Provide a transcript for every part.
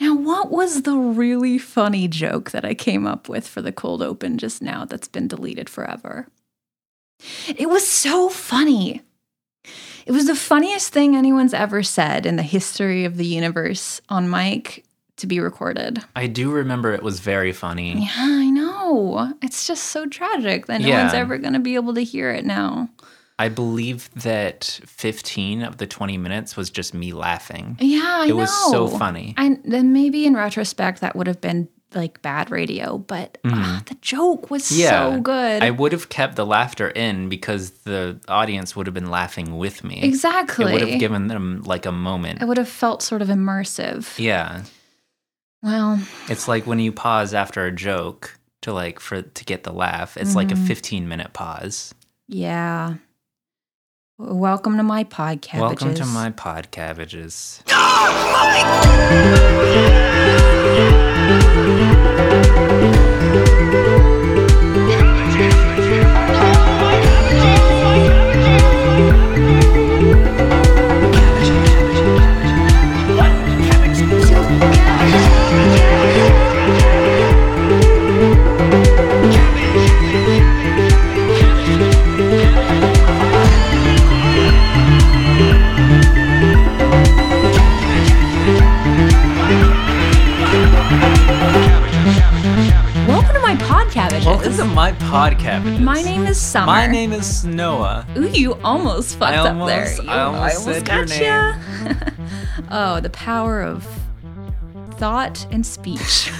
what was the really funny joke that I came up with for the cold open just now that's been deleted forever? It was so funny. It was the funniest thing anyone's ever said in the history of the universe on mic to be recorded. I do remember it was very funny. Yeah, I know. It's just so tragic that no Yeah. one's ever going to be able to hear it now. I believe that 15 of the 20 minutes was just me laughing. Yeah, I it know. was so funny. And then maybe in retrospect, that would have been like bad radio, but ah, the joke was Mm-hmm. Yeah, so good. I would have kept the laughter in because the audience would have been laughing with me. exactly. It would have given them like a moment. it would have felt sort of immersive. Yeah. Well, It's like when you pause after a joke to like for to get the laugh. It's like a Mm-hmm. 15 minute pause. yeah. W- Welcome to my podcast. Welcome to my pod cabbages. Welcome to my podcast. Welcome to my pod cabbages. my name is Summer. My name is Noah. Ooh, you almost fucked I up there. almost- You- I almost said your gotcha. oh, the power of thought and speech,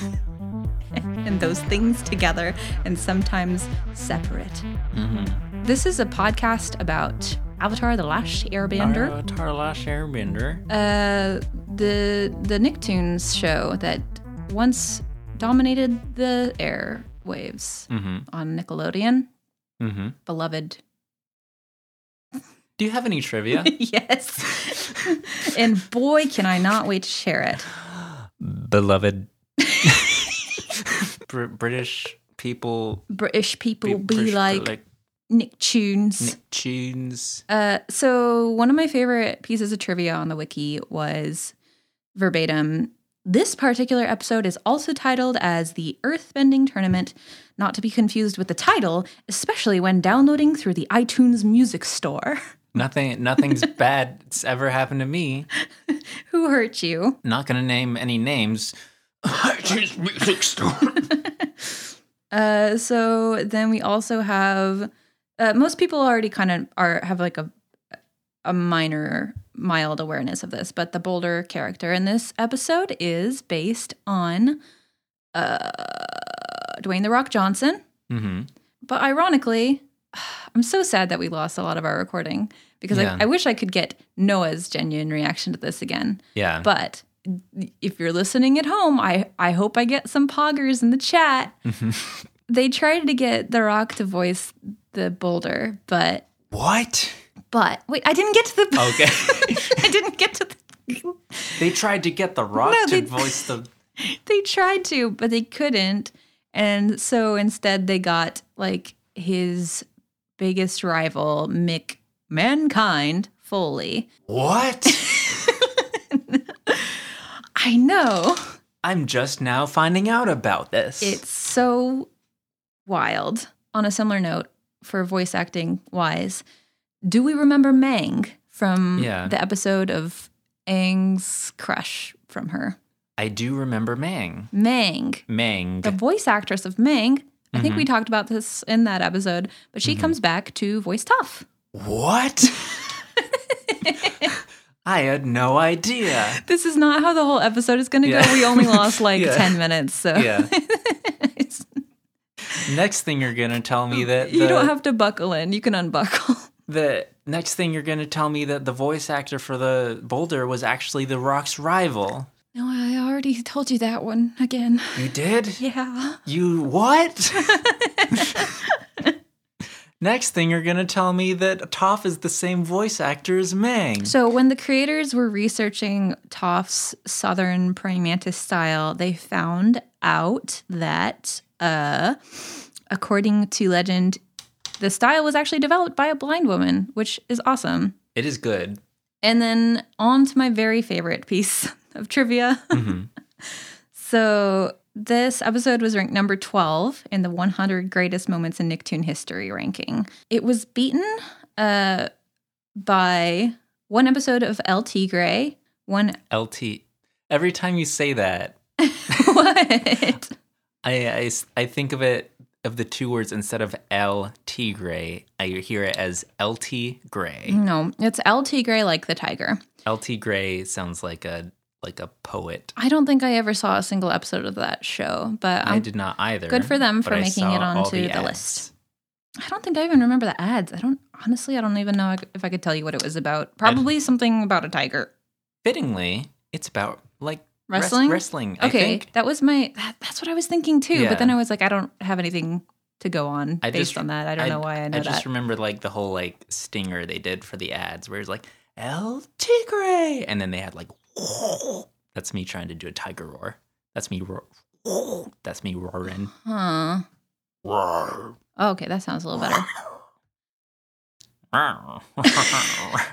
and those things together, and sometimes separate. Mm-hmm. This is a podcast about Avatar: The Last Uh, Airbender, Tarlash Airbender. uh, the the Nicktoons show that once dominated the airwaves Mm-hmm. on Nickelodeon, Mm-hmm. beloved Do you have any trivia? yes. and boy, can I not wait to share it. Beloved Br- British people British people be- be British- like, Nicktoons. Nicktoons. uh, so, one of my favorite pieces of trivia on the wiki was verbatim. This particular episode is also titled as the Earthbending Tournament, not to be confused with the title, especially when downloading through the iTunes Music Store. Nothing nothing's bad that's ever happened to me. Who hurt you? Not gonna name any names. Just music store. Uh, so then we also have uh, most people already kind of are have like a a minor mild awareness of this, but the Boulder character in this episode is based on uh, Dwayne the Rock Johnson. hmm But ironically, I'm so sad that we lost a lot of our recording because Yeah. I, I wish I could get Noah's genuine reaction to this again. Yeah. But if you're listening at home, I, I hope I get some poggers in the chat. Mm-hmm. they tried to get The Rock to voice the boulder, but what? but wait, I didn't get to the Okay. I didn't get to the they tried to get the rock No, to they- voice the they tried to, but they couldn't. And so instead they got like his biggest rival, Mick Mankind Foley. What? I know. I'm just now finding out about this. It's so wild. On a similar note, for voice acting wise, do we remember Mang from Yeah. the episode of Aang's crush from her? I do remember Mang. Mang, Mang. the voice actress of Mang, I think we talked about this in that episode, but she comes back to voice Tough. What? I had no idea. This is not how the whole episode is going to Yeah. go. We only lost like Yeah. 10 minutes. So Yeah. it's- Next thing you're gonna tell me that the, Oh, you don't have to buckle in, you can unbuckle. the next thing you're gonna tell me that the voice actor for the Boulder was actually the Rock's rival. No, I already told you that one again. You did? Yeah. You what? next thing you're gonna tell me that Toph is the same voice actor as Mang. So when the creators were researching Toph's southern praying mantis style, they found out that uh according to legend, the style was actually developed by a blind woman, which is awesome. It is good. Mm-hmm. And then on to my very favorite piece of trivia. So this episode was ranked number 12 in the 100 greatest moments in Nicktoon history ranking. It was beaten uh, by one episode of El Tigre, one LT. Every time you say that, what? I, I s- I think of it of the two words instead of L T Gray, I hear it as LT Gray. No, it's El Tigre like the tiger. LT Gray sounds like a like a poet. I don't think I ever saw a single episode of that show, but I I'm, did not either. Um, good for them but for I making saw it all onto the ads. list. I don't think I even remember the ads. I don't honestly. I don't even know if I could tell you what it was about. Probably something about a tiger Fittingly, it's about like res- wrestling. wrestling. I okay, think. that was my. That, that's what I was thinking too. Yeah. But then I was like, I don't have anything to go on I based just- on that. I don't know why I know I that. just remember like the whole like stinger they did for the ads where it's like El Tigre and then they had like that's me trying to do a tiger roar. That's me roar. That's me roaring. huh. Roar. Oh, okay, that sounds a little better.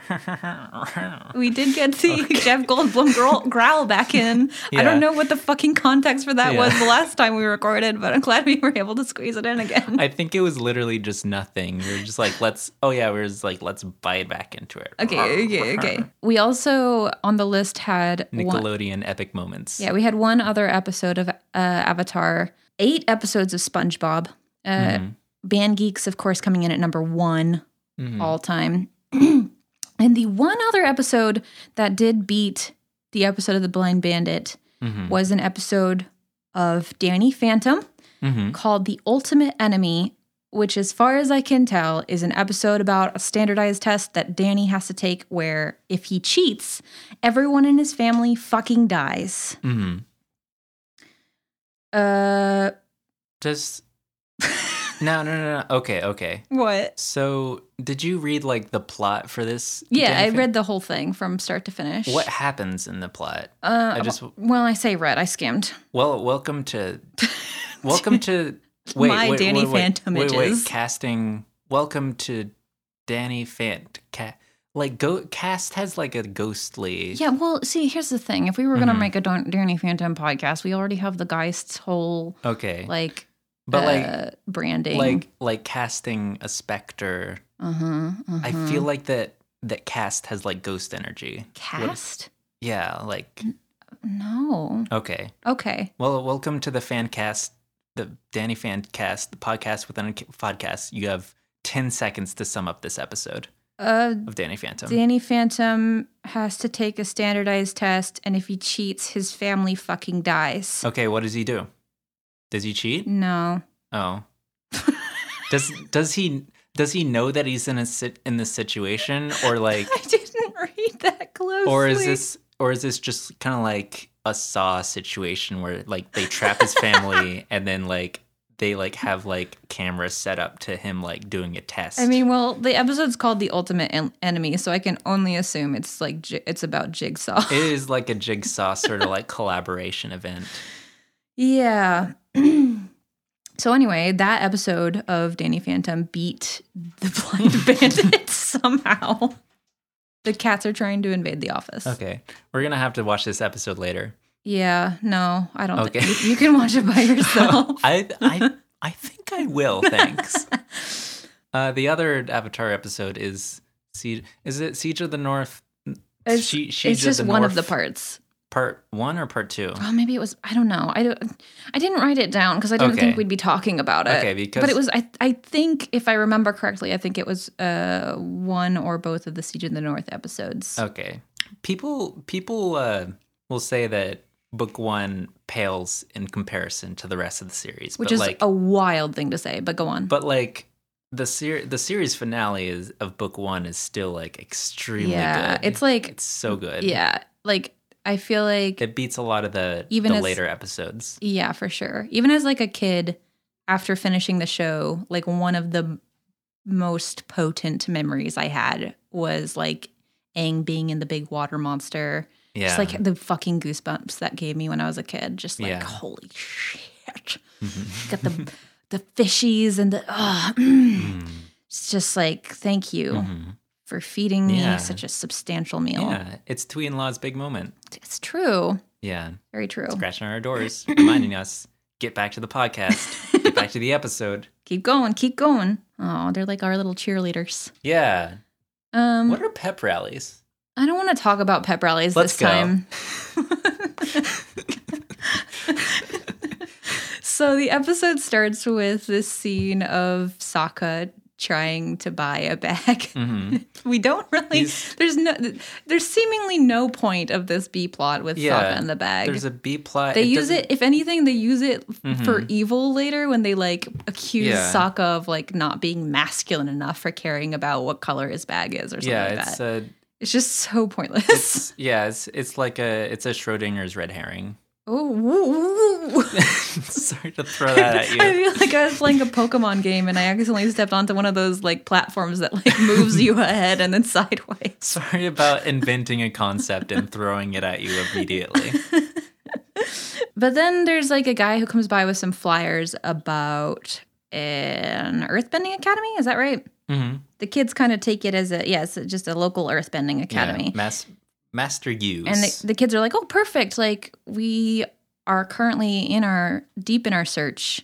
I We did get the Okay. Jeff Goldblum growl, growl back in. I Yeah. don't know what the fucking context for that Yeah. was the last time we recorded, but I'm glad we were able to squeeze it in again. think it was literally just nothing. We were just like, let's oh yeah, we were just like, let's bite back into it. okay, okay, okay. We also on the list had one, Nickelodeon epic moments. yeah, we had one other episode of uh, Avatar, eight episodes of SpongeBob. Uh, Mhm. Band Geeks, of course, coming in at number one Mhm. uh, all time. and the one other episode that did beat the episode of The Blind Bandit Mhm. was an episode of Danny Phantom Mhm. called The Ultimate Enemy, which, as far as I can tell, is an episode about a standardized test that Danny has to take where if he cheats, everyone in his family fucking dies. Mhm. Uh, Does no, no, no, no. Okay, okay. what? So, did you read like the plot for this? Yeah, Danny I read the whole thing from start to finish. Fan- What happens in the plot? Uh, I just well, I say read, I skimmed. well, welcome to, welcome to wait, My wait, Danny wait, wait, Phantom wait, wait, images. casting. Welcome to Danny Fant. Ca- like go cast has like a ghostly. Yeah, well, see, here's the thing. If we were going to Mhm. make a Don- Danny Phantom podcast, we already have the Geist's whole, Okay, like, but like uh, branding. like like casting a specter. uh-huh, uh-huh. I feel like that that cast has like ghost energy. What- Cast? yeah, like Mm. No. okay. Okay. Well, welcome to the fan cast, the Danny fan cast, the podcast within a podcast. You have 10 seconds to sum up this episode Uh, of Danny Phantom. Danny Phantom has to take a standardized test, and if he cheats, his family fucking dies. okay, what does he do? Does he cheat? No. Oh. does does he does he know that he's in a sit in this situation or like I didn't read that closely. or is this or is this just kind of like a saw situation where like they trap his family and then like they like have like cameras set up to him like doing a test. I mean, well, the episode's called "The Ultimate En- Enemy," so I can only assume it's like Ji- it's about Jigsaw. It is like a jigsaw sort of like collaboration event. Yeah. so anyway, that episode of Danny Phantom beat the blind bandits somehow. The cats are trying to invade the office. Okay. We're going to have to watch this episode later. Yeah, no, I don't Okay. think you, you can watch it by yourself. I I I think I will, thanks. Uh the other Avatar episode is Siege is it Siege of the North? It's, She- she it's did just the one of North- the parts. Part 1 or part 2? Oh, maybe it was. I don't know. I don't. I didn't write it down because I didn't Okay. think we'd be talking about it. Okay, because- but it was. I I think if I remember correctly, I think it was uh one or both of the Siege of the North episodes. Okay. People people uh will say that book 1 pales in comparison to the rest of the series, which but is like a wild thing to say, but go on. but like the ser- the series finale is of book 1 is still like extremely yeah, good. it's like It's so good. yeah, like I feel like It beats a lot of the Even the as- later episodes. yeah, for sure. Even as like a kid, after finishing the show, like one of the m- most potent memories I had was like Aang being in the big water monster. Yeah. Just like the fucking goosebumps that gave me when I was a kid. Just like Yeah. holy shit. Mhm. Got the the fishies and the oh, Mhm. it's just like thank you Mhm. for feeding me Yeah. such a substantial meal. Yeah. It's Tui and Law's big moment. It's true. Yeah. Very true. Scratching on our doors, reminding us, get back to the podcast, get back to the episode. Keep going, keep going. Oh, they're like our little cheerleaders. Yeah. Um, What are pep rallies? I don't want to talk about pep rallies Let's this go. time. so the episode starts with this scene of Sokka trying to buy a bag. hmm We don't really. He's- there's no. There's seemingly no point of this B plot with Yeah, Sokka in the bag. There's a B plot. they use it. If anything, they use it doesn't- for Mhm. evil later when they like accuse Yeah. Sokka of like not being masculine enough for caring about what color his bag is or something Yeah, like it's that. a it's just so pointless. it's, yeah, it's it's like a it's a Schrodinger's red herring. oh, woo, woo. Sorry to throw that at I you. feel like I was playing a Pokemon game and I accidentally stepped onto one of those like platforms that like moves you ahead and then sideways. Sorry about inventing a concept and throwing it at you immediately. But then there's like a guy who comes by with some flyers about an earthbending academy. Is that right? Mm-hmm. The kids kind of take it as a yes, just a local earthbending academy. Mas- Master Use. and the, the kids are like, "Oh, perfect! Like we are currently in our deep in our search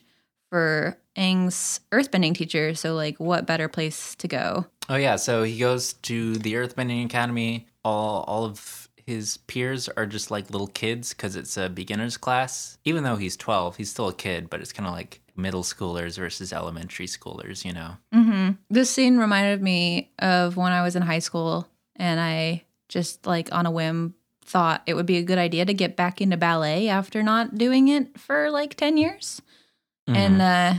for Aang's earthbending teacher. So like, what better place to go? Oh yeah, so he goes to the Earthbending Academy. All all of his peers are just like little kids because it's a beginner's class. Even though he's twelve, he's still a kid, but it's kind of like middle schoolers versus elementary schoolers, you know? Mm-hmm. This scene reminded me of when I was in high school, and I just like on a whim thought it would be a good idea to get back into ballet after not doing it for like ten years. and uh,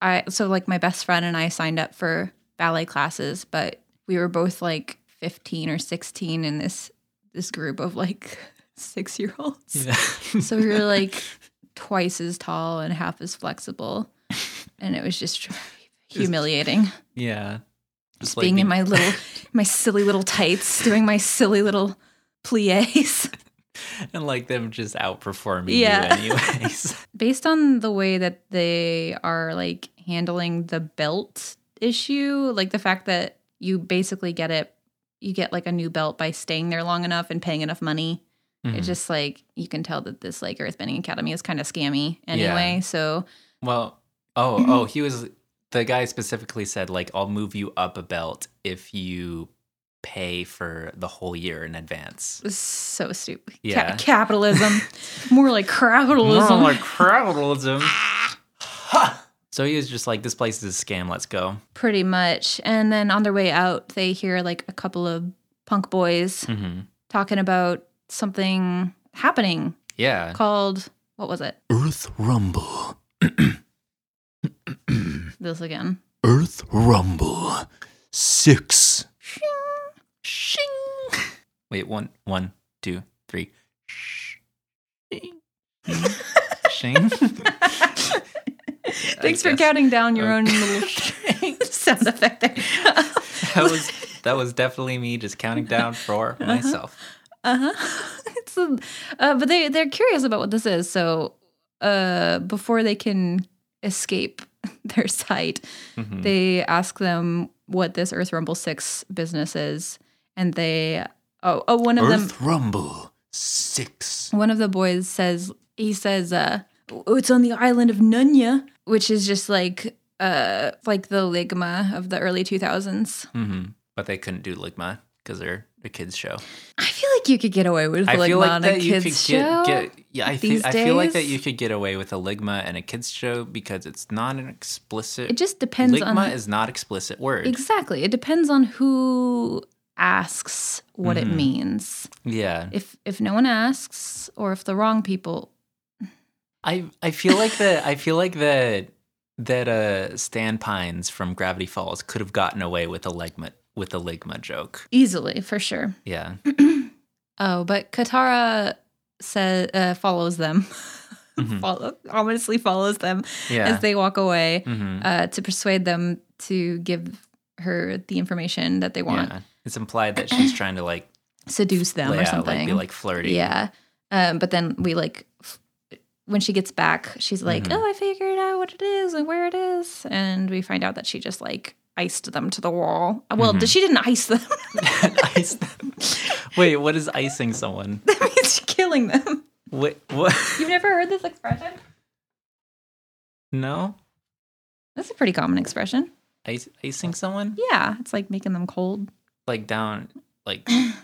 I so like my best friend and I signed up for ballet classes, but we were both like fifteen or sixteen in this this group of like six year olds. Mhm. So we were like twice as tall and half as flexible, and it was just humiliating. yeah, just Being like, in my little, my silly little tights, doing my silly little plies. and like them just outperforming Yeah. you anyways. based on the way that they are like handling the belt issue, like the fact that you basically get it, you get like a new belt by staying there long enough and paying enough money. It's Mhm. just like you can tell that this like Earthbending Academy is kind of scammy anyway. So Well, oh, oh, he was the guy specifically said like I'll move you up a belt if you pay for the whole year in advance. it's so stupid. Ca- Yeah. capitalism, more like capitalism. More like capitalism. Ha! so he was just like, "This place is a scam. Let's go." pretty much. And then on their way out, they hear like a couple of punk boys Mm-hmm. talking about something happening Yeah. called what was it? Earth rumble. This again. Earth rumble. Six. Shing. Wait, one, one, two, three. Shing. Shing. Thanks for guess. counting down your Uh, own little sound effect there. that was that was definitely me just counting down for myself. uh-huh. It's a, uh, but they they're curious about what this is, so uh, before they can escape their sight, Mhm. Hmm. they ask them what this Earth Rumble Six business is, and they oh oh one of them Earth rumble. Six. One of the boys says, he says, uh, "Oh, it's on the island of Nunya, which is just like, uh, like the ligma of the early 2000s. Mhm. But they couldn't do Ligma because they're a kids show. I feel like you could get away with ligma on a kids show. Get, get, yeah, I, feel, these I feel like that days? you could get away with a ligma and a kids show because it's not an explicit. it just depends ligma on is not explicit word. exactly. It depends on who asks what Mhm. it means. yeah, If if no one asks, or if the wrong people, I I feel like that. I feel like that that uh Stan Pines from Gravity Falls could have gotten away with a ligma with a ligma joke. easily for sure. Yeah, Oh, but Katara says uh, follows them. Mhm. Follow, ominously follows them yeah. as they walk away Mhm. uh, to persuade them to give her the information that they want, Yeah. It's implied that she's trying to like, seduce them lay or out, something. like be like flirty. yeah. Um, but then we like, f- when she gets back, she's like, Mhm. oh, I figured out what it is and where it is. And we find out that she just like iced them to the wall. Well, Mhm. she didn't ice them. Ice them. Wait, what is icing someone? that means killing them. Wait, what? You've never heard this expression? No? That's a pretty common expression. Ice, icing someone? Yeah, it's like making them cold. Like down, like, And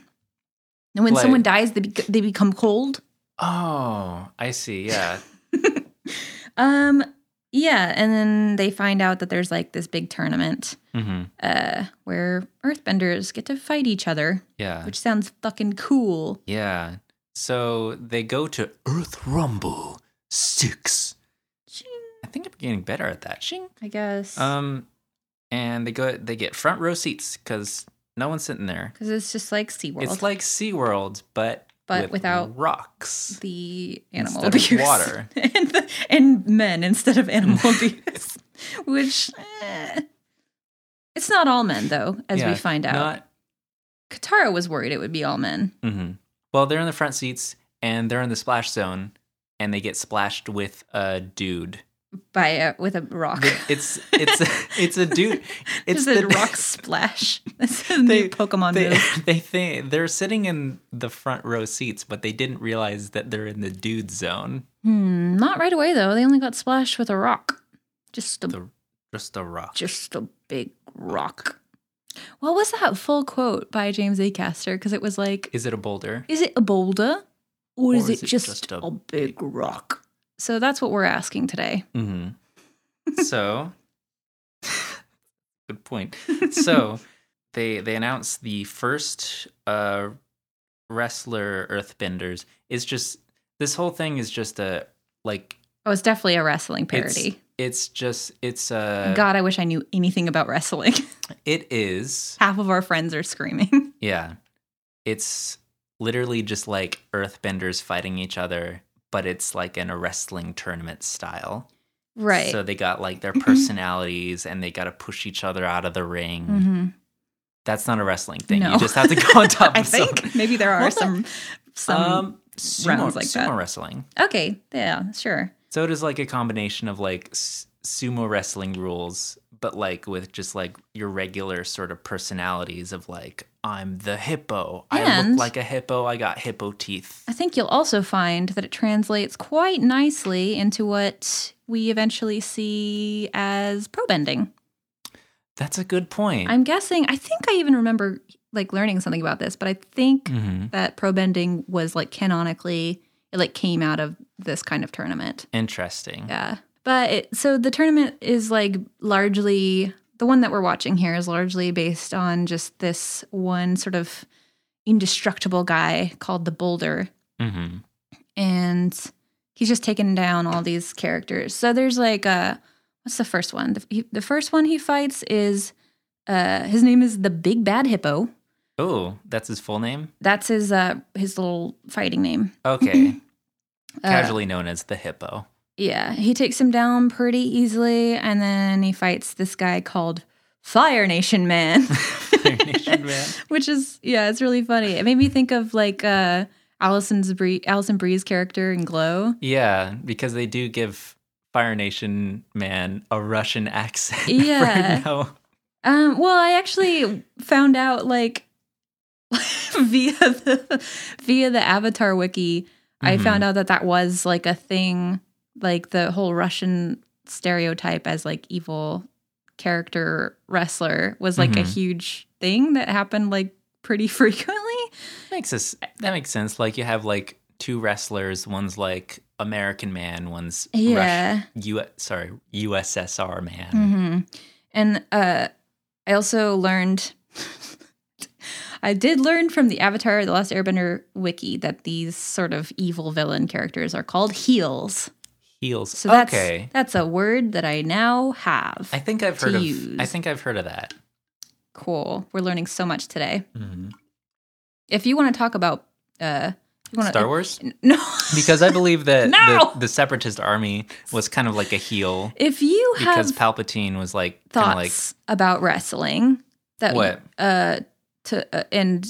when Like- someone dies, they bec they become cold. oh, I see. Yeah. Um, yeah, and then they find out that there's like this big tournament hmm uh where earthbenders get to fight each other, Yeah. which sounds fucking cool. Yeah. So they go to, Earth Rumble 6. I think I'm getting better at that. Shing. I guess. Um, and they go, they get front row seats because no one's sitting there. Cuz it's just like SeaWorld. It's like SeaWorld, but But with without rocks. the animal Instead of abuse water. and, the, and men instead of animal abuse which eh. it's not all men though as Yeah, we find out Not. katara was worried it would be all men mhm. Well, they're in the front seats and they're in the splash zone, and they get splashed with a dude. by a, with a rock It- It's it's it's a dude. it's It's a the- rock splash that's a They- new pokemon They, move they think they're sitting in the front row seats, but they didn't realize that they're in the dude zone. hmm, not right away though they only got splashed with a rock just a The- Just a rock. just a big rock what was that full quote by james a caster because it was like Is it a boulder? Is it a boulder or, is, it, just, just a, a big rock? So that's what we're asking today. Mm-hmm. So, good point. So, they they announce the first uh, wrestler Earthbenders is just this whole thing is just a like Oh, it's definitely a wrestling It's- parody. it's just it's a God, I wish I knew anything about wrestling. it is Half of our friends are screaming. yeah it's literally just like Earthbenders fighting each other, but it's like in a wrestling tournament style. Right. Mm-hmm. So they got like their personalities and they got to push each other out of the ring. hmm That's not a wrestling thing. No. You just have to go on top I of someone. think maybe there are Well, some some um, sumo, rounds like sumo that. wrestling. Okay, yeah, sure. So it is like a combination of like s- sumo wrestling rules, but like with just like your regular sort of personalities of like, I'm the hippo. I And- look like a hippo. I got hippo teeth. I think you'll also find that it translates quite nicely into what we eventually see as pro bending. That's a good point. I'm guessing. I think I even remember like learning something about this, but I think Mhm. that pro bending was like canonically it like came out of this kind of tournament. Interesting. Yeah, but it, so the tournament is like largely the one that we're watching here is largely based on just this one sort of indestructible guy called the Boulder, hmm and he's just taken down all these characters. So there's like a what's the first one? The, he, the first one he fights is uh his name is the Big Bad Hippo. Oh, that's his full name? That's his uh his little fighting name. Okay. Uh, Casually known as the hippo. Yeah, he takes him down pretty easily and then he fights this guy called Fire Nation Man. Fire Nation Man. Which is yeah, it's really funny. It made me think of like uh Allison's Bree Allison Bree's character in Glow. Yeah, because they do give Fire Nation man a Russian accent. for Yeah. no- Um, well, I actually found out like via the via the Avatar wiki, I Mhm. found out that that was like a thing, like the whole Russian stereotype as like evil character wrestler was like a Mhm. huge thing that happened like pretty frequently. makes us that makes sense. Like you have like two wrestlers. One's like American man. One's Russian, Yeah. U, sorry USSR man. hmm And uh, I also learned, I did learn from the Avatar: The Last Airbender wiki that these sort of evil villain characters are called heels. Heels. So that's okay. that's a word that I now have. I think I've heard to of. I use. think I've heard of that. cool. We're learning so much today. If you want to talk about, uh, you want Star Wars. No. Because I believe that No! the, the separatist army was kind of like a heel if you have because Palpatine was like kind of like thoughts about wrestling that What? uh to uh, and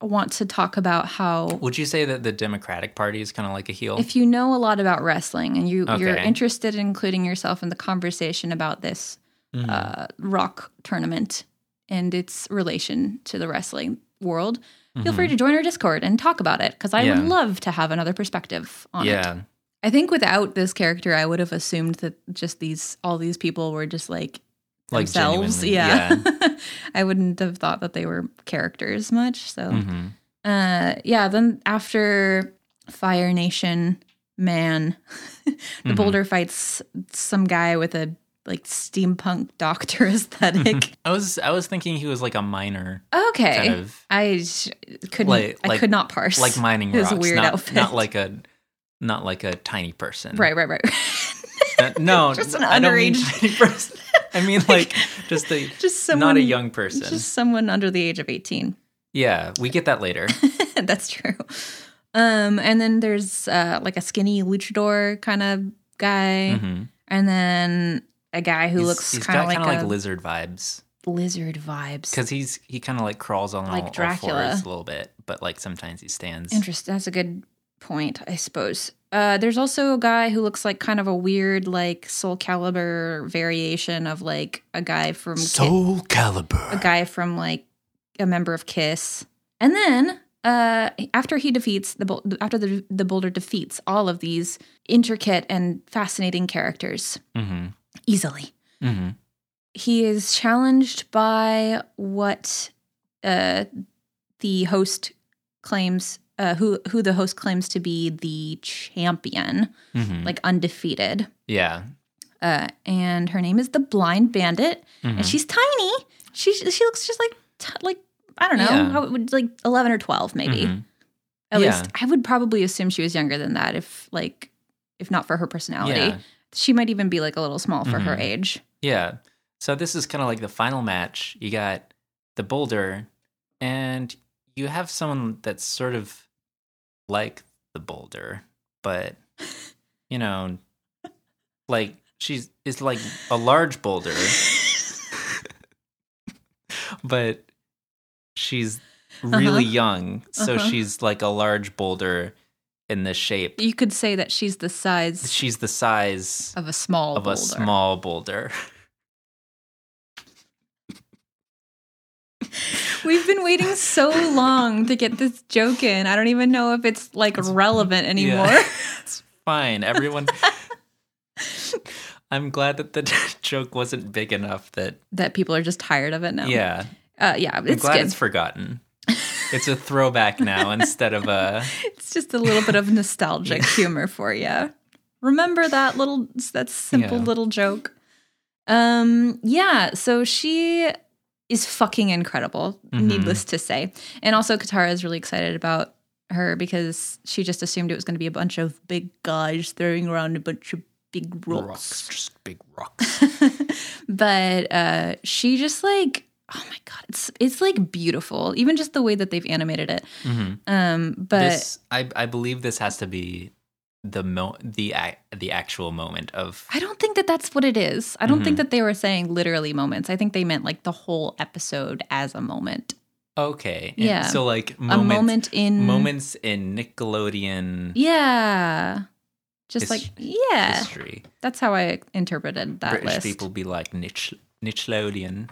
want to talk about how Would you say that the Democratic Party is kind of like a heel? If you know a lot about wrestling and you, you're Okay. interested in including yourself in the conversation about this Mhm. uh, rock tournament and its relation to the wrestling world, feel free to join our Discord and talk about it because I Mm-hmm. Yeah. would love to have another perspective on it. yeah. I think without this character, I would have assumed that just these all these people were just like Like themselves. genuinely, Yeah, I wouldn't have thought that they were characters much. So, hmm uh, yeah. Then after Fire Nation Man, the Mhm. Boulder fights some guy with a like steampunk doctor aesthetic. Mm-hmm. I was I was thinking he was like a miner okay, Mm-hmm. kind of I sh- couldn't. Like- I like- could not parse. like mining It was rocks, a weird not, outfit. not like a not like a tiny person. right, right, right. Uh, no, Just an I don't mean underage- tiny person. I mean like just a just someone not a young person. Just someone under the age of eighteen. yeah, we get that later. That's true. Um, and then there's uh, like a skinny luchador kind of guy, Mhm. and then a guy who He's- looks he's kind of like got kinda a lizard vibes. lizard vibes. because he's he kind of like crawls on Like all, Dracula. all fours a little bit, but like sometimes he stands. Interesting. That's a good point, I suppose. Uh, there's also a guy who looks like kind of a weird, like Soul Caliber variation of like a guy from Ki- Soul a Calibur. guy from like a member of Kiss. And then uh, after he defeats the Bul- after the the Boulder defeats all of these intricate and fascinating characters hmm easily, hmm he is challenged by what uh, the host claims. Uh, who who the host claims to be the champion, hmm like undefeated, yeah. uh, and her name is the Blind Bandit, Mhm. and she's tiny. She she looks just like t- like I don't know Yeah. how it would like eleven or twelve maybe. Mhm. At Yeah. least I would probably assume she was younger than that if like if not for her personality, Yeah. she might even be like a little small for her Mhm. age. Yeah. So this is kind of like the final match. You got the boulder, and you have someone that's sort of like the boulder, but you know, like she's is like a large boulder, but she's really Uh-huh. young. So Uh-huh. she's like a large boulder in the shape. You could say that she's the size She's the size of a small of boulder. a small boulder. We've been waiting so long to get this joke in. I don't even know if it's like relevant anymore. Yeah. it's fine. Everyone. I'm glad that the joke wasn't big enough that. that people are just tired of it now. Yeah. uh, yeah, I'm it's glad good. it's forgotten. It's a throwback now instead of a. It's just a little bit of nostalgic humor for you. Remember that little that simple Yeah. little joke. Um yeah, so she is fucking incredible, Mhm. needless to say. And also Katara is really excited about her because she just assumed it was going to be a bunch of big guys throwing around a bunch of big rocks. Just big rocks. but uh she just like oh my god, it's it's like beautiful, even just the way that they've animated it. Mhm. Um but this, I, I believe this has to be the mo- the ac- the actual moment of. I don't think that that's what it is. I don't Mm-hmm. think that they were saying literally moments. I think they meant like the whole episode as a moment. Okay. Yeah. And So like a moments, moment in moments in Nickelodeon Yeah. Just His- like yeah. history. That's how I interpreted that British list. people be like niche Nickelodeon.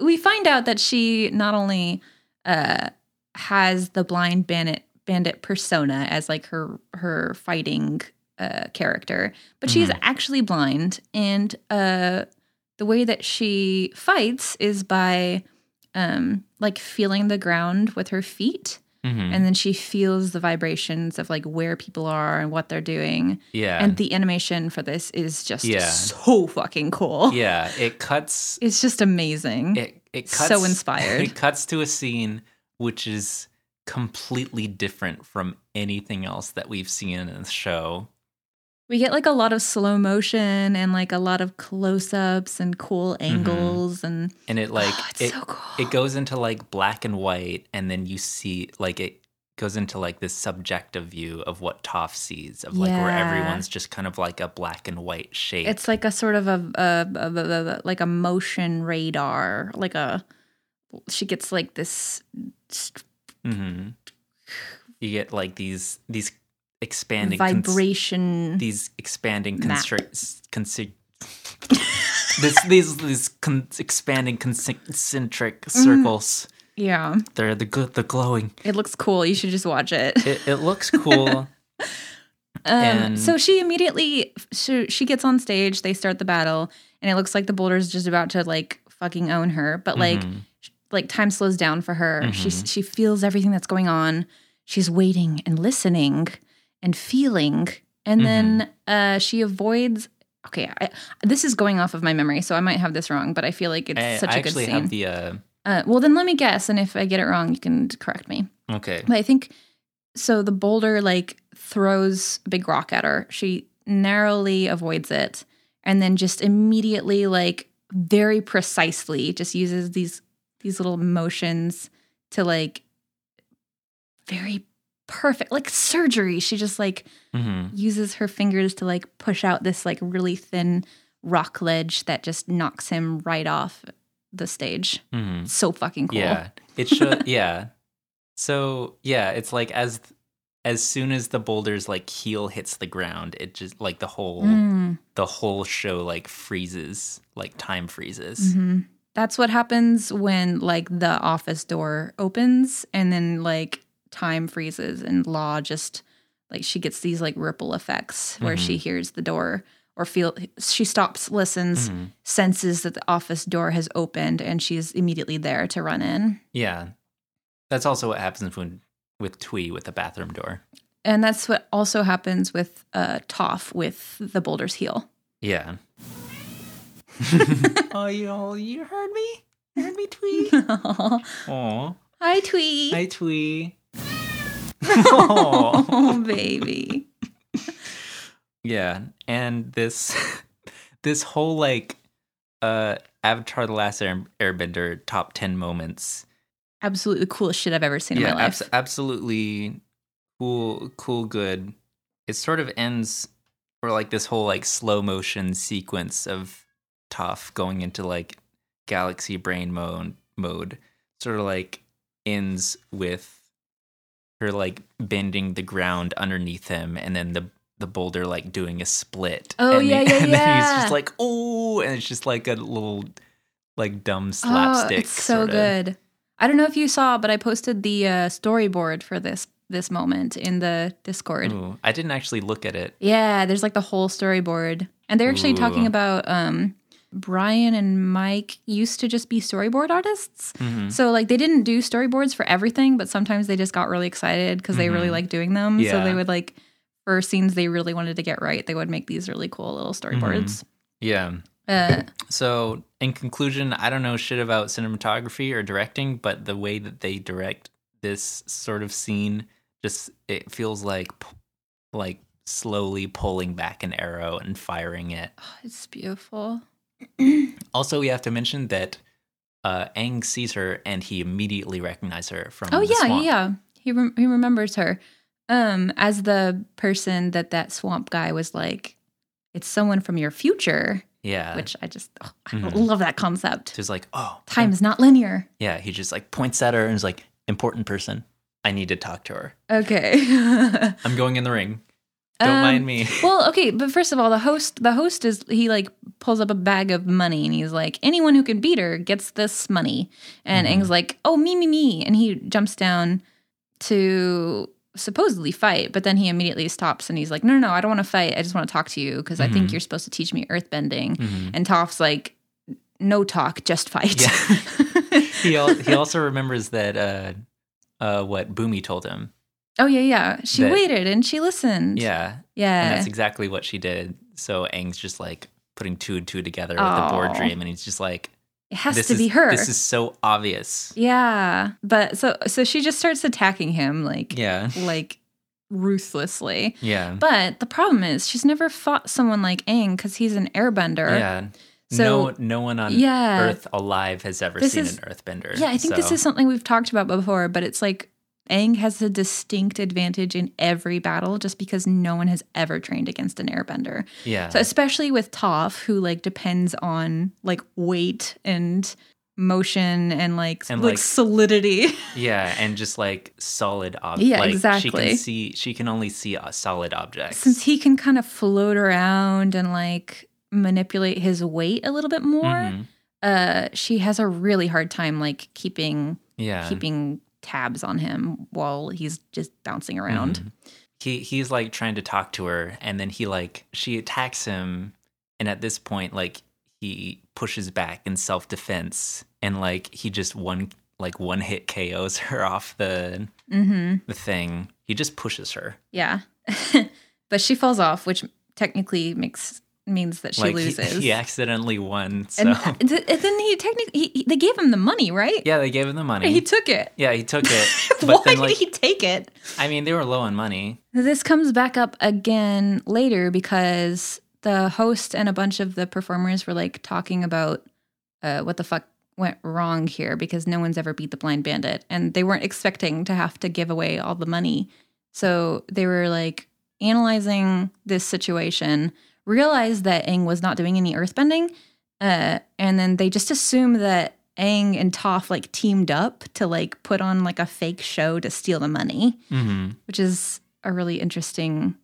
We find out that she not only uh has the blind bandit bandit persona as like her her fighting uh character, but she is Mm-hmm. actually blind and uh the way that she fights is by um like feeling the ground with her feet Mhm. and then she feels the vibrations of like where people are and what they're doing yeah. and the animation for this is just Yeah. so fucking cool yeah. It cuts it's just amazing it it So cuts inspired. It cuts to a scene which is completely different from anything else that we've seen in the show. we get like a lot of slow motion and like a lot of close-ups and cool angles and And it Mm-hmm. like Oh, it's it so cool it goes into like black and white and then you see like it goes into like this subjective view of what Toph sees of like where Yeah. everyone's just kind of like a black and white shape. it's like a sort of a, a, a- a- a- like a motion radar like a she gets like this hmm You get like these these expanding cons- vibration these expanding Map. constraints consig Mm-hmm. this these these con- expanding concentric circles Yeah. They're the gl- the glowing. It looks cool. You should just watch it. It, it looks cool. Um, And- so she immediately so she gets on stage. They start the battle, and it looks like the boulder's just about to like fucking own her. But like Mhm. sh- like time slows down for her. She Mhm. she feels everything that's going on. She's waiting and listening and feeling, and then Mm-hmm. uh, she avoids. Okay, I, this is going off of my memory, so I might have this wrong, but I feel like it's I, such I a good actually scene. have the uh, uh, well, then let me guess, and if I get it wrong, you can correct me. okay. But I think so. The boulder like throws a big rock at her. She narrowly avoids it, and then just immediately, like very precisely, just uses these these little motions to like very perfect, like surgery. She just like hmm uses her fingers to like push out this like really thin rock ledge that just knocks him right off the stage. hmm So fucking cool. Yeah, it should. yeah. So yeah, it's like as as soon as the boulder's like heel hits the ground, it just like the whole Mm. the whole show like freezes, like time freezes. hmm That's what happens when like the office door opens and then like time freezes and law just like she gets these like ripple effects where she Mm-hmm. hears the door or feel she stops, listens, Mhm. senses that the office door has opened and she's immediately there to run in. Yeah, that's also what happens when with Twee with the bathroom door. And that's what also happens with uh Toph with the boulder's heel. Yeah. oh, you all, you heard me. You heard me, Twee. Hi Oh, Tweet. hi, Twee. Aw. oh baby. Yeah, and this this whole like uh Avatar the Last Air- Airbender top 10 moments. Absolutely the coolest shit I've ever seen in my life. abs- absolutely cool cool good. It sort of ends or like this whole like slow motion sequence of Toph going into like galaxy brain mode mode sort of like ends with her like bending the ground underneath him and then the the boulder like doing a split. Oh, and yeah, the- yeah, and then he's yeah. just like, oh and it's just like a little like dumb Oh, slapstick. it's so sorta. good. I don't know if you saw, but I posted the uh, storyboard for this this moment in the Discord. Ooh, I didn't actually look at it. Yeah, there's like the whole storyboard, and they're actually talking Ooh. about um, Brian and Mike used to just be storyboard artists. Mhm. So like they didn't do storyboards for everything, but sometimes they just got really excited because they really Mhm. like doing them. So Yeah. they would like for scenes they really wanted to get right, they would make these really cool little Mm-hmm. storyboards. Yeah. Uh, So, in conclusion, I don't know shit about cinematography or directing, but the way that they direct this sort of scene just it feels like p- like slowly pulling back an arrow and firing it. oh, it's beautiful. Also, we have to mention that uh Aang sees her and he immediately recognizes her from Oh the yeah, yeah, swamp. yeah. He rem he remembers her um as the person that that swamp guy was like it's someone from your future, Yeah. which I just oh, I Mhm. love that concept. just like, "Oh, Time is not linear. Yeah, he just like points at her and is like, "Important person. I need to talk to her. Okay. I'm going in the ring. Don't Um, mind me." well, okay, but first of all, the host the host is he like pulls up a bag of money and he's like, anyone who can beat her gets this money. And Mhm. Aang's like, oh me me me, and he jumps down to supposedly fight, but then he immediately stops and he's like, no no no, I don't want to fight. I just want to talk to you because I think Mhm. you're supposed to teach me earthbending. Mhm. And Toph's like, no talk, just fight. he al- he also remembers that uh, uh, what Boomy told him. oh yeah yeah, she That- waited and she listened. Yeah, and yeah. that's exactly what she did. So Aang's just like putting two and two together with the board Aw. dream, and he's just like, It has "This to is be her. This is so obvious." Yeah. But so so she just starts attacking him like Yeah, like ruthlessly. yeah, But the problem is she's never fought someone like Aang because he's an airbender. yeah. So- no, no one on yeah. Earth alive has ever This seen is- an Earthbender. Yeah, I think this so- is something we've talked about before, but it's like Aang has a distinct advantage in every battle just because no one has ever trained against an airbender. yeah, So especially with Toph, who like depends on like weight and motion and like And, like, like- solidity. yeah, and just like solid objects. Yeah, like, She exactly. can see. She can only see uh, solid objects. since he can kind of float around and like manipulate his weight a little bit more Mhm. uh she has a really hard time like keeping Yeah. keeping tabs on him while he's just bouncing around. Mhm. He he's like trying to talk to her, and then he like she attacks him, and at this point, like he pushes back in self defense, and like he just one like one hit KOs her off the Mm-hmm. the thing. He just pushes her. Yeah. but she falls off, which technically makes means that she like he- loses. He, accidentally won. So And th- th- then he technically he, he- they gave him the money, right? yeah, they gave him the money. He took it. yeah, he took it. Why But then like did he take it? I mean, they were low on money. This comes back up again later because the host and a bunch of the performers were like talking about uh, what the fuck went wrong here because no one's ever beat the blind bandit and they weren't expecting to have to give away all the money. So they were like analyzing this situation, realized that Aang was not doing any earthbending, uh, and then they just assume that Aang and Toph like teamed up to like put on like a fake show to steal the money Mm-hmm. which is a really interesting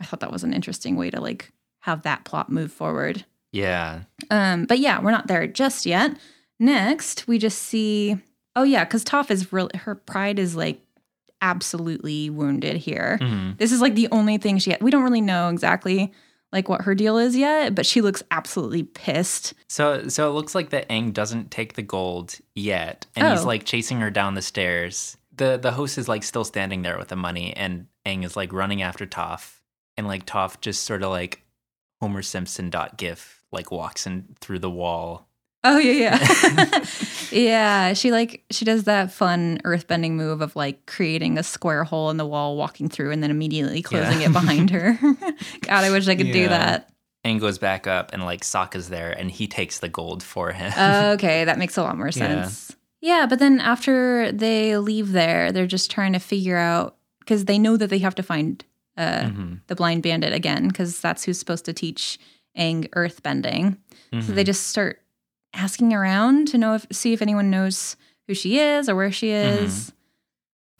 i thought that was an interesting way to like have that plot move forward Yeah. um but yeah we're not there just yet next we just see oh yeah because toph is real her pride is like absolutely wounded here hmm this is like the only thing she we don't really know exactly like what her deal is yet but she looks absolutely pissed So so it looks like that Aang doesn't take the gold yet, and he's Oh. like chasing her down the stairs. The the host is like still standing there with the money, and Aang is like running after Toph, and like Toph just sort of like Homer Simpson dot gif like walks in through the wall. Oh yeah, yeah. yeah, she like she does that fun earthbending move of like creating a square hole in the wall, walking through and then immediately closing Yeah. it behind her. God, I wish I could do Yeah. that. Aang goes back up, and like Sokka's there, and he takes the gold for him. Uh, Okay, that makes a lot more Yeah. sense. yeah but then after they leave there, they're just trying to figure out cuz they know that they have to find uh Mhm, the blind bandit again because that's who's supposed to teach Aang earthbending. So mhm. they just start asking around to know if see if anyone knows who she is or where she is.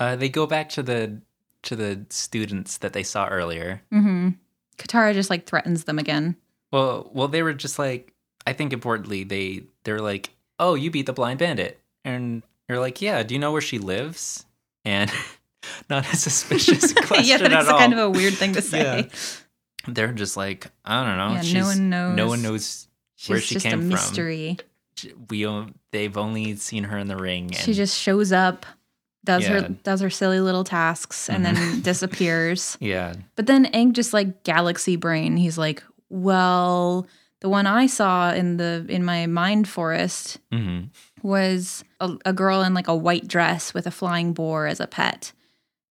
Uh, they go back to the to the students that they saw earlier. Mm-hmm. Katara just like threatens them again. Well, well, they were just like, I think importantly, they they're like, oh, you beat the blind bandit, and you're like, yeah, do you know where she lives? And not a suspicious question yeah, that's at all. kind of a weird thing to Yeah. say. They're just like, I don't know. Yeah, no she's, one knows. No one knows. She's Where she just came a from. mystery. We on- they've only seen her in the ring. And She just shows up, does Yeah. Mm-hmm. her does her silly little tasks, and then disappears. yeah, But then Aang just like galaxy brain. He's like, well, the one I saw in the in my mind forest hmm was a, a girl in like a white dress with a flying boar as a pet.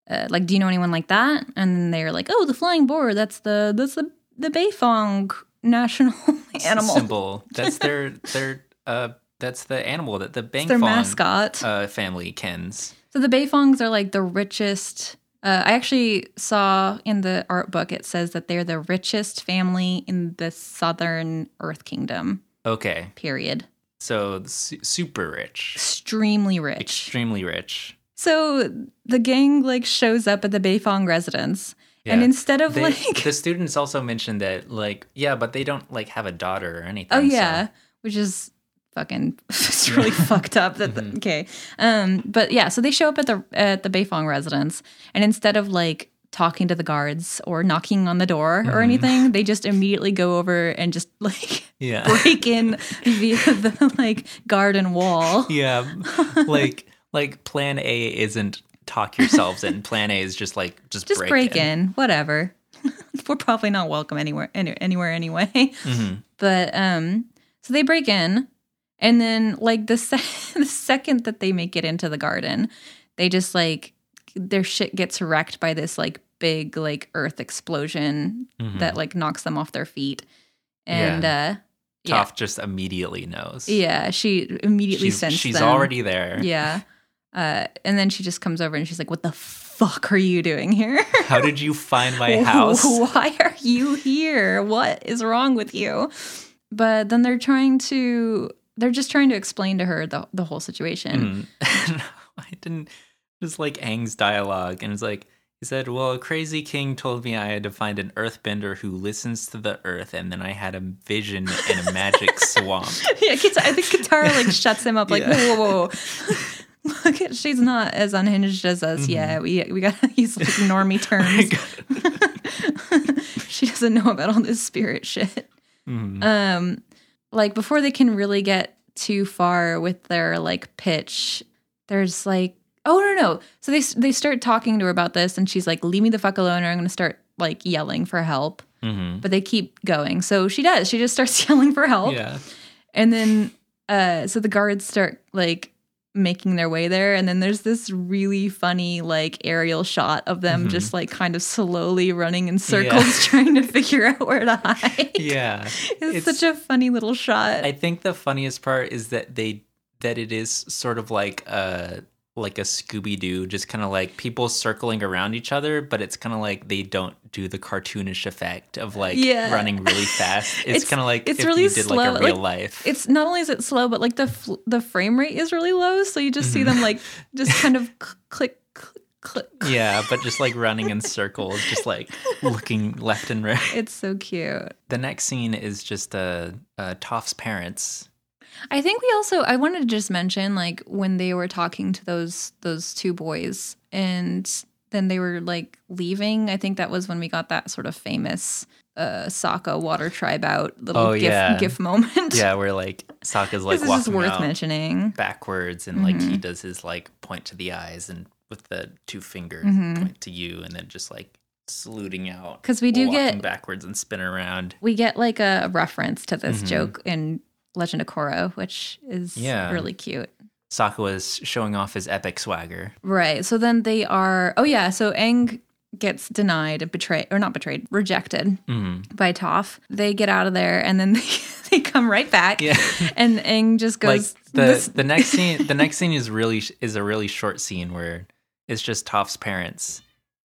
Uh, like, do you know anyone like that? And they're like, oh, the flying boar. That's the that's the the Beifong national animal. symbol. That's their their uh. That's the animal that the It's their Bangfong mascot. uh, family kens. so the Beifongs are like the richest. Uh, I actually saw in the art book it says that they're the richest family in the southern Earth Kingdom. Okay, Period. so su- super rich, Extremely rich. extremely rich. So the gang like shows up at the Beifong residence, and Yeah. instead of They- like, the students also mentioned that like yeah but they don't like have a daughter or anything oh so- yeah, which is fucking it's really fucked up. That the- Mhm. okay, um, but yeah, so they show up at the at the Beifong residence, and instead of like talking to the guards or knocking on the door or Mhm. anything, they just immediately go over and just like yeah break in via the like garden wall. yeah like like plan a isn't talk yourselves in plan a is just like just, just break, in. whatever we're probably not welcome anywhere any, anywhere anyway Mhm. but um so they break in and then like the, se- the second that they make it into the garden they just like their shit gets wrecked by this like big like earth explosion Mhm. that like knocks them off their feet and uh yeah Toph just immediately knows yeah she immediately she's, sends she's them. already there yeah uh and then she just comes over and she's like what the fuck are you doing here how did you find my house Why are you here? What is wrong with you? But then they're trying to they're just trying to explain to her the, the whole situation. Mm. I didn't. Just like Aang's dialogue, and it's like he said, "Well, a crazy king told me I had to find an earthbender who listens to the earth, and then I had a vision in a magic swamp." yeah, Kit- I think Katara like shuts him up like, whoa, Yeah. whoa, whoa. Look at she's not as unhinged as us. Mhm. Yeah, we we gotta use like normie Oh terms. she doesn't know about all this spirit shit. Mhm. Um like before they can really get too far with their like pitch, there's like oh no no. So they they start talking to her about this and she's like leave me the fuck alone or I'm going to start like yelling for help. Mhm. But they keep going. So she does. She just starts yelling for help. Yeah. And then uh so the guards start like making their way there and then there's this really funny like aerial shot of them Mhm. just like kind of slowly running in circles trying to figure out where to hide. Yeah. It's, It's- such a funny little shot. I think the funniest part is that they that it is sort of like a like a Scooby Doo, just kind of like people circling around each other, but it's kind of like they don't do the cartoonish effect of like Yeah. running really fast. It's, It's- kind of like it's if really you did like slow, a real like, life. it's not only is it slow but like the fl- the frame rate is really low so you just see them like just kind of cl- click click click. Mm-hmm. yeah, but just like running in circles, just like looking left and right. It's so cute. The next scene is just uh, uh, Toph's parents. I think we also I wanted to just mention like when they were talking to those those two boys and then they were like leaving. I think that was when we got that sort of famous uh Sokka water tribe out little Oh, gif yeah. gif moment. Yeah, where like Sokka's like this is just walking worth out mentioning. backwards and like he Mhm. does his like point to the eyes and with the two fingers Mhm. point to you and then just like saluting out. Because we do walking get backwards and spin around. we get like a reference to this Mhm. joke in Legend of Korra, which is Yeah. really cute. Sokka was showing off his epic swagger. Right. So then they are oh yeah, so Aang gets denied, betrayed or not betrayed, rejected. Mm. by Toph. They get out of there and then they, they come right back. Yeah. And Aang just like goes, the this, the next scene the next scene is really is a really short scene where it's just Toph's parents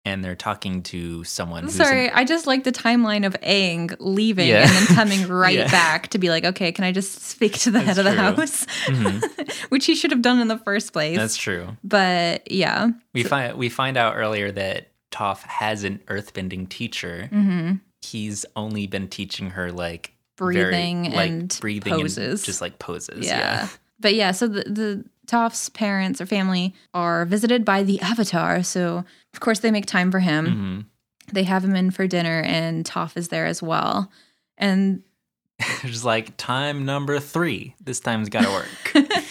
and they're talking to someone who's an- Sorry, I just like the timeline of Aang leaving Yeah. and then coming right Yeah. back to be like, okay, can I just speak to the head That's of the true. house? Mhm. Which he should have done in the first place. That's true. but yeah. We find we find out earlier that Toph has an earthbending teacher. Mm-hmm. He's only been teaching her like very, Breathing like, and breathing and poses. just like poses. Yeah. Yeah. But yeah, so the, the Toph's parents or family are visited by the Avatar. So, of course, they make time for him. hmm They have him in for dinner, and Toph is there as well. And just like time number three. This time's got to work.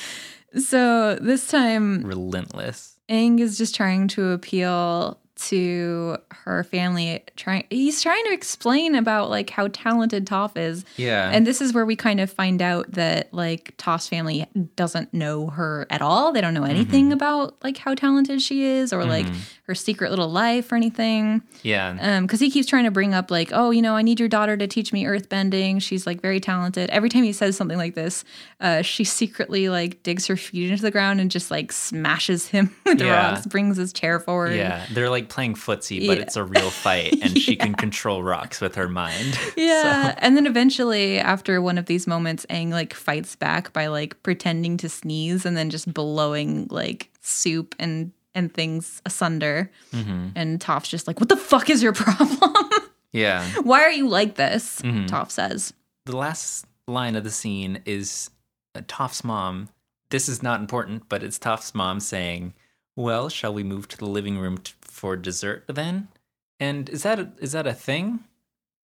so this time, Relentless. Aang is just trying to appeal to her family. Trying, he's trying to explain about like how talented Toph is, Yeah. and this is where we kind of find out that like Toph's family doesn't know her at all. They don't Mm-hmm. know anything about like how talented she is, or like Mhm. her secret little life or anything. yeah. Um, because he keeps trying to bring up like, oh, you know, I need your daughter to teach me earthbending. She's like very talented. Every time he says something like this, uh, she secretly like digs her feet into the ground and just like smashes him with the Yeah. rocks, brings his chair forward. Yeah. They're like playing footsie, but Yeah. it's a real fight, and she can control rocks with her mind. Yeah. So- And then eventually after one of these moments, Aang like fights back by like pretending to sneeze and then just blowing like soup and and things asunder. Mhm. And Toph's just like, What the fuck is your problem? Yeah. Why are you like this? Mhm. Toph says. the last line of the scene is uh, Toph's mom. This is not important, but it's Toph's mom saying, "Well, shall we move to the living room t- for dessert then?" And is that a, is that a thing?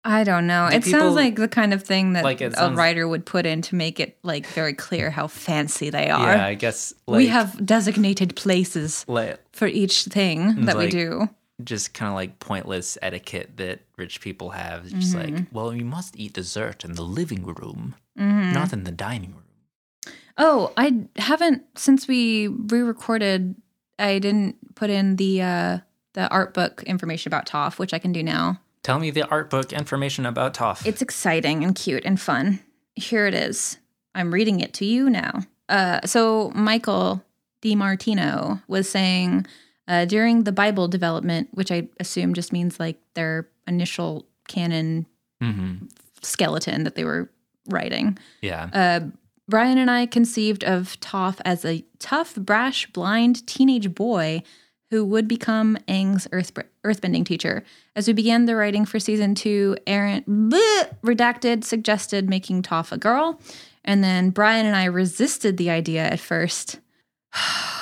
I don't know. Do it people- sounds like the kind of thing that Like, it a sounds- writer would put in to make it like very clear how fancy they are. Yeah, I guess like, we have designated places like, for each thing that we Like- do. just kind of like pointless etiquette that rich people have. It's just Mm-hmm. like, well, you must eat dessert in the living room, Mhm. not in the dining room. Oh, I haven't since we re-recorded. I didn't put in the uh, the art book information about Toph, which I can do now. Tell me the art book information about Toph. It's exciting and cute and fun. Here it is. I'm reading it to you now. Uh, so, Michael DiMartino was saying uh, during the Bible development, which I assume just means like their initial canon Mhm. skeleton that they were writing, yeah, uh, Brian and I conceived of Toph as a tough, brash, blind teenage boy who would become Aang's earth, earthbending teacher. As we began the writing for season two, Aaron bleh, redacted suggested making Toph a girl, and then Brian and I resisted the idea at first.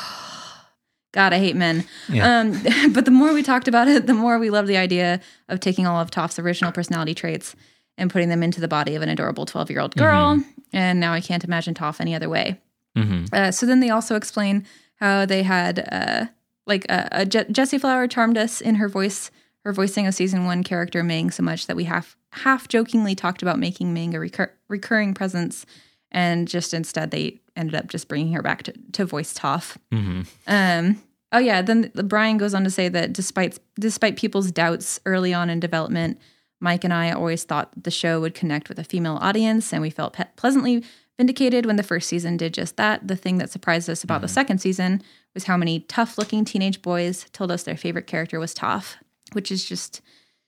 God, I hate men. Yeah. Um, but the more we talked about it, the more we loved the idea of taking all of Toph's original personality traits and putting them into the body of an adorable 12 year old girl. And now I can't imagine Toph any other way. hmm Uh, so then they also explain how they had uh, like uh, uh, Je- Jessie Flower charmed us in her voice, her voicing of season one character Ming so much that we half half jokingly talked about making Ming a recur- recurring presence, and just instead they ended up just bringing her back to, to voice Toph. hmm Um, oh yeah, then the- Brian goes on to say that despite despite people's doubts early on in development, Mike and I always thought that the show would connect with a female audience, and we felt pe- pleasantly vindicated when the first season did just that. The thing that surprised us about the Mm-hmm. second season was how many tough-looking teenage boys told us their favorite character was Toph, which is just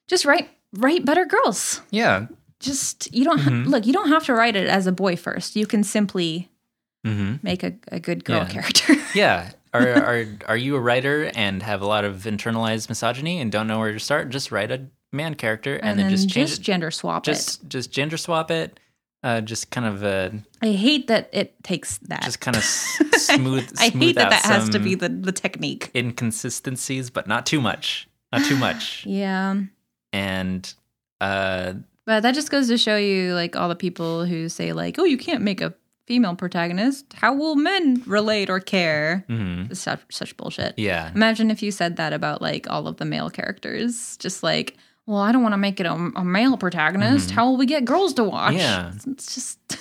just right write better girls. Yeah. Just you don't ha- Mhm. look, you don't have to write it as a boy first. You can simply hmm make a, a good girl Yeah. character. Yeah. Are, are are you a writer and have a lot of internalized misogyny and don't know where to start? Just write a man character and, then, just change it. gender swap it. Just just gender swap it. Uh, just kind of uh, I hate that it takes that. just kind of s- smooth. I smooth hate that out that has to some be the, the technique. inconsistencies, but not too much. Not too much. Yeah. and uh, But that just goes to show you like all the people who say like, "Oh, you can't make a female protagonist. How will men relate or care?" mhm. Such, such bullshit. yeah, Imagine if you said that about like all of the male characters. Just like, "Well, I don't want to make it a, a male protagonist. Mhm. How will we get girls to watch?" Yeah. It's, it's just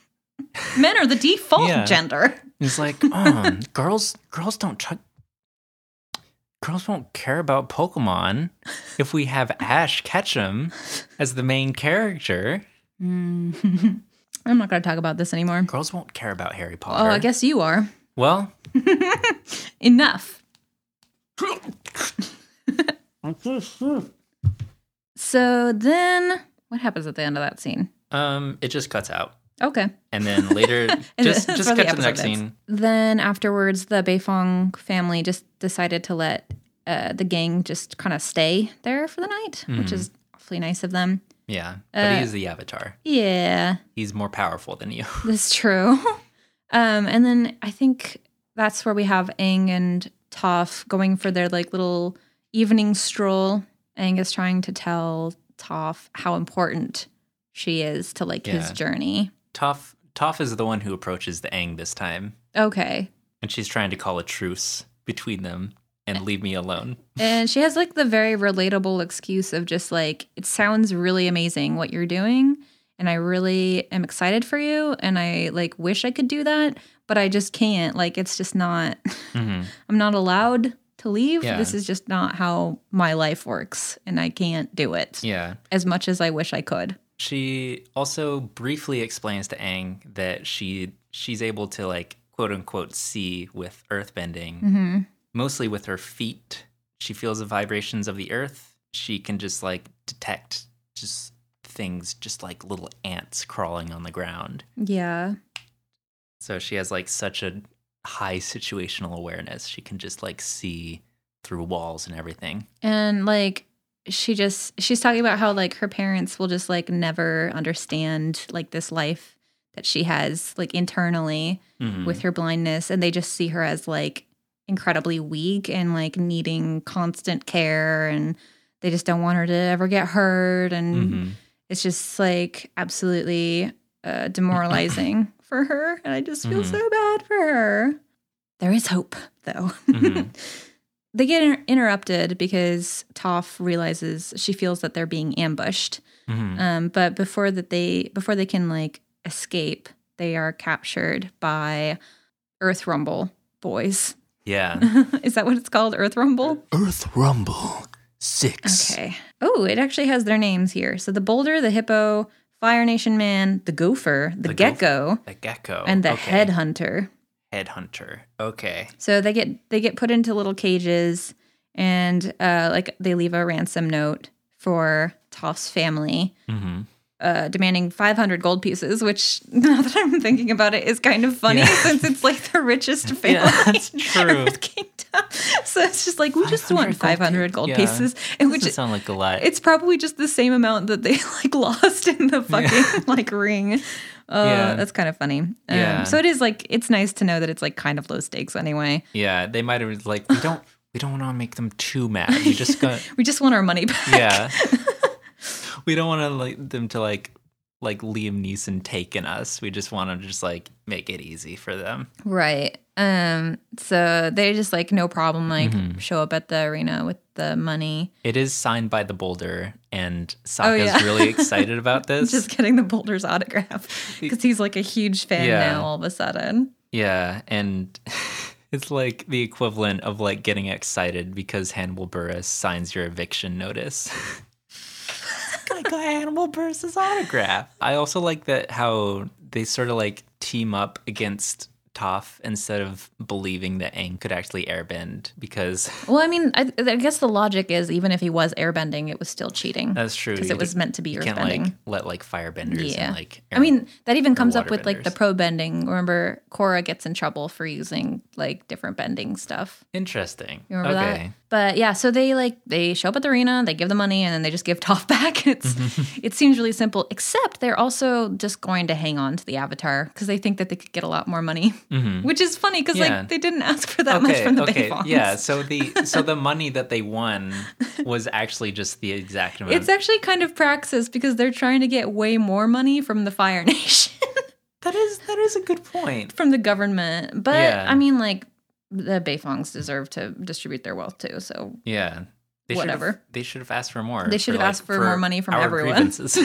men are the default Yeah. gender. it's like um, girls. Girls don't. Try- girls won't care about Pokemon if we have Ash Ketchum as the main character. Mm. I'm not going to talk about this anymore. Girls won't care about Harry Potter. Oh, I guess you are. Well, Enough. so then what happens at the end of that scene? um, it just cuts out, Okay. and then later, just That's just where cut to the episode next ends. scene. Then afterwards, the Beifong family just decided to let uh, the gang just kind of stay there for the night, which is awfully nice of them. Yeah, but Uh, he's the Avatar. Yeah. He's more powerful than you. That's true. Um, and then I think that's where we have Aang and Toph going for their like little evening stroll. Aang is trying to tell Toph how important she is to like his Yeah. journey. Toph Toph is the one who approaches the Aang this time, Okay. and she's trying to call a truce between them Uh, and leave me alone. And she has like the very relatable excuse of just like, it sounds really amazing what you're doing. And I really am excited for you. And I like wish I could do that, but I just can't. Like, it's just not. Mm-hmm. I'm not allowed to leave. Yeah. This is just not how my life works, and I can't do it Yeah. as much as I wish I could. She also briefly explains to Aang that she she's able to like quote unquote see with earthbending, Mm-hmm. mostly with her feet. She feels the vibrations of the earth. She can just like detect just things just like little ants crawling on the ground. Yeah, So she has like such a high situational awareness. She can just like see through walls and everything. and like she just she's talking about how like her parents will just like never understand like this life that she has like internally Mhm. with her blindness, and they just see her as like incredibly weak and like needing constant care and they just don't want her to ever get hurt and Mhm. it's just like absolutely uh, demoralizing for her and i just feel Mhm. so bad for her there is hope though Mhm. they get inter- interrupted because toff realizes she feels that they're being ambushed Mhm. um, but before that they before they can like escape they are captured by earth rumble boys Yeah. is that what it's called earth rumble Earth Rumble 6. Okay. Oh, it actually has their names here. So the boulder, the hippo, Fire Nation man, the gopher, the, The gopher. gecko, The gecko. and the Okay. headhunter. Headhunter. Okay. So they get they get put into little cages and uh like they leave a ransom note for Toph's family. Mm-hmm. uh, demanding 500 gold pieces, which now that I'm thinking about it is kind of funny Yeah. since it's like the richest family Yeah, that's in true. Earth Kingdom. So it's just like, we just want 500 gold, yeah. pieces. And which Doesn't sound like a lot. it's probably just the same amount that they like lost in the fucking like ring. Uh, Yeah. That's kind of funny. Um, Yeah. So it is like, it's nice to know that it's like kind of low stakes anyway. yeah, they might have been like we don't we don't want to make them too mad. We just got We just want our money back. yeah. we don't want to like them to like like Liam Neeson taking us. We just want to just like make it easy for them. Right. Um so they just like no problem like Mm-hmm. show up at the arena with the money. It is signed by the boulder, and Sokka's Oh, yeah. really excited about this. Just getting the Boulder's autograph cuz he's like a huge fan Yeah. now all of a sudden. Yeah, and it's like the equivalent of like getting excited because Hannibal Burris signs your eviction notice. I got Hannibal Burris's autograph. I also like that how they sort of like team up against Toph instead of believing that Aang could actually airbend because Well, I mean, I, I guess the logic is even if he was airbending, it was still cheating that's true. because you it was meant to be can't airbending. like let like firebenders Yeah. and like I mean, that even comes up water with like the benders. pro bending. Remember, Korra gets in trouble for using like different bending stuff. interesting. You remember okay. that? But yeah, so they like they show up at the arena, they give the money, and then they just give Toph back. It's it seems really simple, except they're also just going to hang on to the avatar because they think that they could get a lot more money, which is funny because Mm-hmm. Yeah. like they didn't ask for that much from the okay. Yeah, so the so the money that they won was actually just the exact amount. It's actually kind of praxis because they're trying to get way more money from the Fire Nation. that is that is a good point. from the government. But Yeah. I mean, like the Beifongs deserve to distribute their wealth too. So Yeah. They should have- Whatever. they should have asked for more. They should have asked for more money from our everyone. grievances.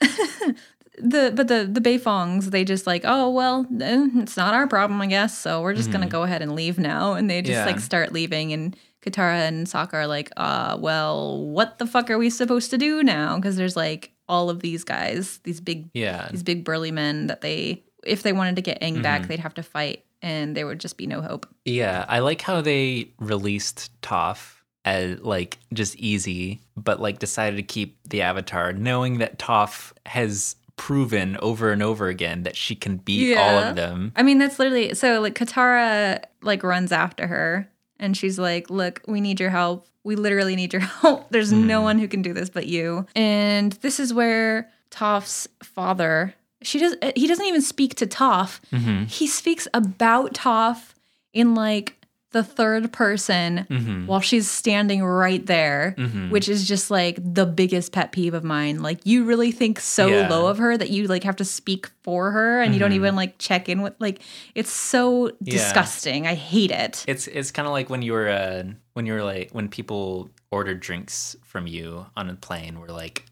the but the the Beifongs they just like oh well eh, it's not our problem I guess so we're just gonna go ahead and leave now and they just Mm-hmm. Yeah. like start leaving and Katara and Sokka are like uh well what the fuck are we supposed to do now because there's like all of these guys these big yeah. these big burly men that they if they wanted to get Aang Mm-hmm. back they'd have to fight and there would just be no hope Yeah. I like how they released Toph as like just easy, but like decided to keep the avatar, knowing that Toph has proven over and over again that she can beat all Yeah. of them. I mean, that's literally so like Katara like runs after her and she's like, Look, we need your help. We literally need your help. There's no one who can do this but you. And this is where Toph's father she does uh, he doesn't even speak to Toph. Mm-hmm. He speaks about Toph in like the third person Mm-hmm. while she's standing right there, which is just like the biggest pet peeve of mine. Like you really think so Yeah. Mm-hmm. low of her that you like have to speak for her and you don't even like check in with like it's so disgusting. I hate it. It's it's kind of like when you were uh, when you were like when people ordered drinks from you on a plane, where like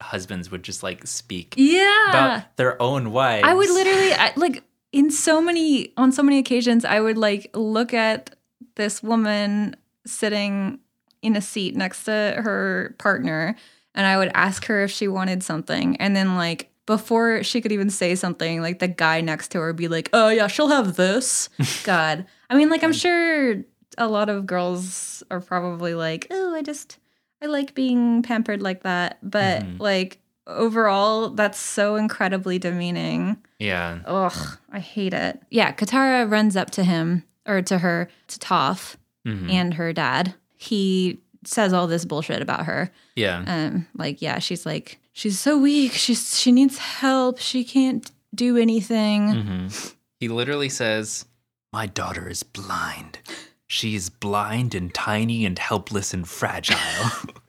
husbands would just like speak yeah. about their own wives. I would literally I, like in so many on so many occasions I would like look at this woman sitting in a seat next to her partner and I would ask her if she wanted something and then like before she could even say something like the guy next to her would be like oh yeah she'll have this god I mean like I'm sure a lot of girls are probably like oh I just I like being pampered like that but Mhm. like overall that's so incredibly demeaning yeah. Ugh, I hate it. Yeah, Katara runs up to him or to her, to Toph Mhm. and her dad. He says all this bullshit about her. yeah, Um, like, yeah, she's like, she's so weak. She's she needs help. She can't do anything. Mhm. He literally says, My daughter is blind. She is blind and tiny and helpless and fragile.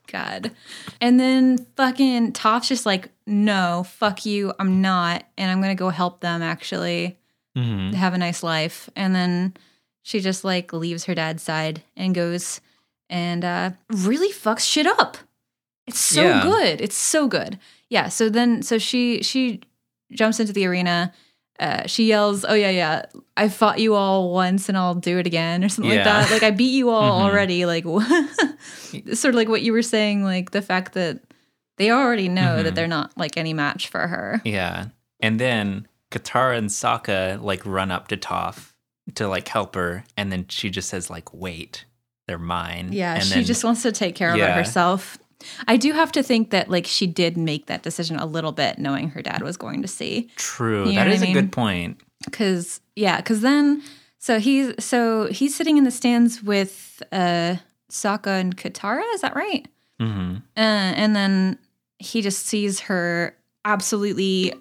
God. And then fucking Toph's just like, no, fuck you, I'm not, and I'm gonna go help them actually. Mhm. have a nice life. And then she just like leaves her dad's side and goes and uh, really fucks shit up. It's so Yeah. good. It's so good. Yeah. So then, so she she jumps into the arena. Uh, she yells, "Oh yeah, yeah! I fought you all once, and I'll do it again, or something like Yeah. that. Like I beat you all Mhm. already. Like sort of like what you were saying, like the fact that they already know that Mhm. they're not like any match for her. yeah, and then Katara and Sokka like run up to Toph to like help her, and then she just says like, "Wait, they're mine." Yeah, and she then, just wants to take care of it Yeah. herself. I do have to think that like she did make that decision a little bit knowing her dad was going to see. True. You know that what is I a mean? good point. Cause yeah, cause then so he's so he's sitting in the stands with uh Sokka and Katara, is that right? hmm Uh, and then he just sees her absolutely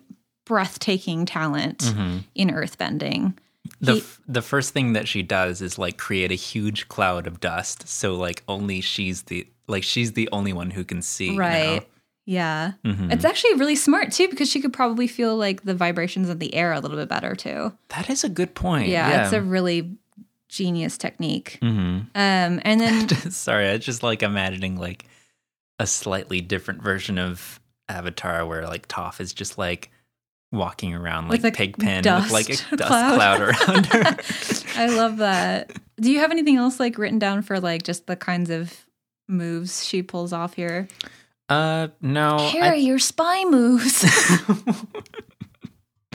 breathtaking talent hmm in earthbending. The, He- f- the first thing that she does is like create a huge cloud of dust. So like only she's the like she's the only one who can see. Right. Yeah. You know? Mhm. It's actually really smart too because she could probably feel like the vibrations of the air a little bit better too. That is a good point. Yeah, Yeah. it's a really genius technique. hmm Um, and then Sorry, I was just like imagining like a slightly different version of Avatar where like Toph is just like walking around like With a Pigpen dust with like a dust cloud. cloud, around her. I love that. Do you have anything else like written down for like just the kinds of moves she pulls off here? uh no. I- Carry your spy moves.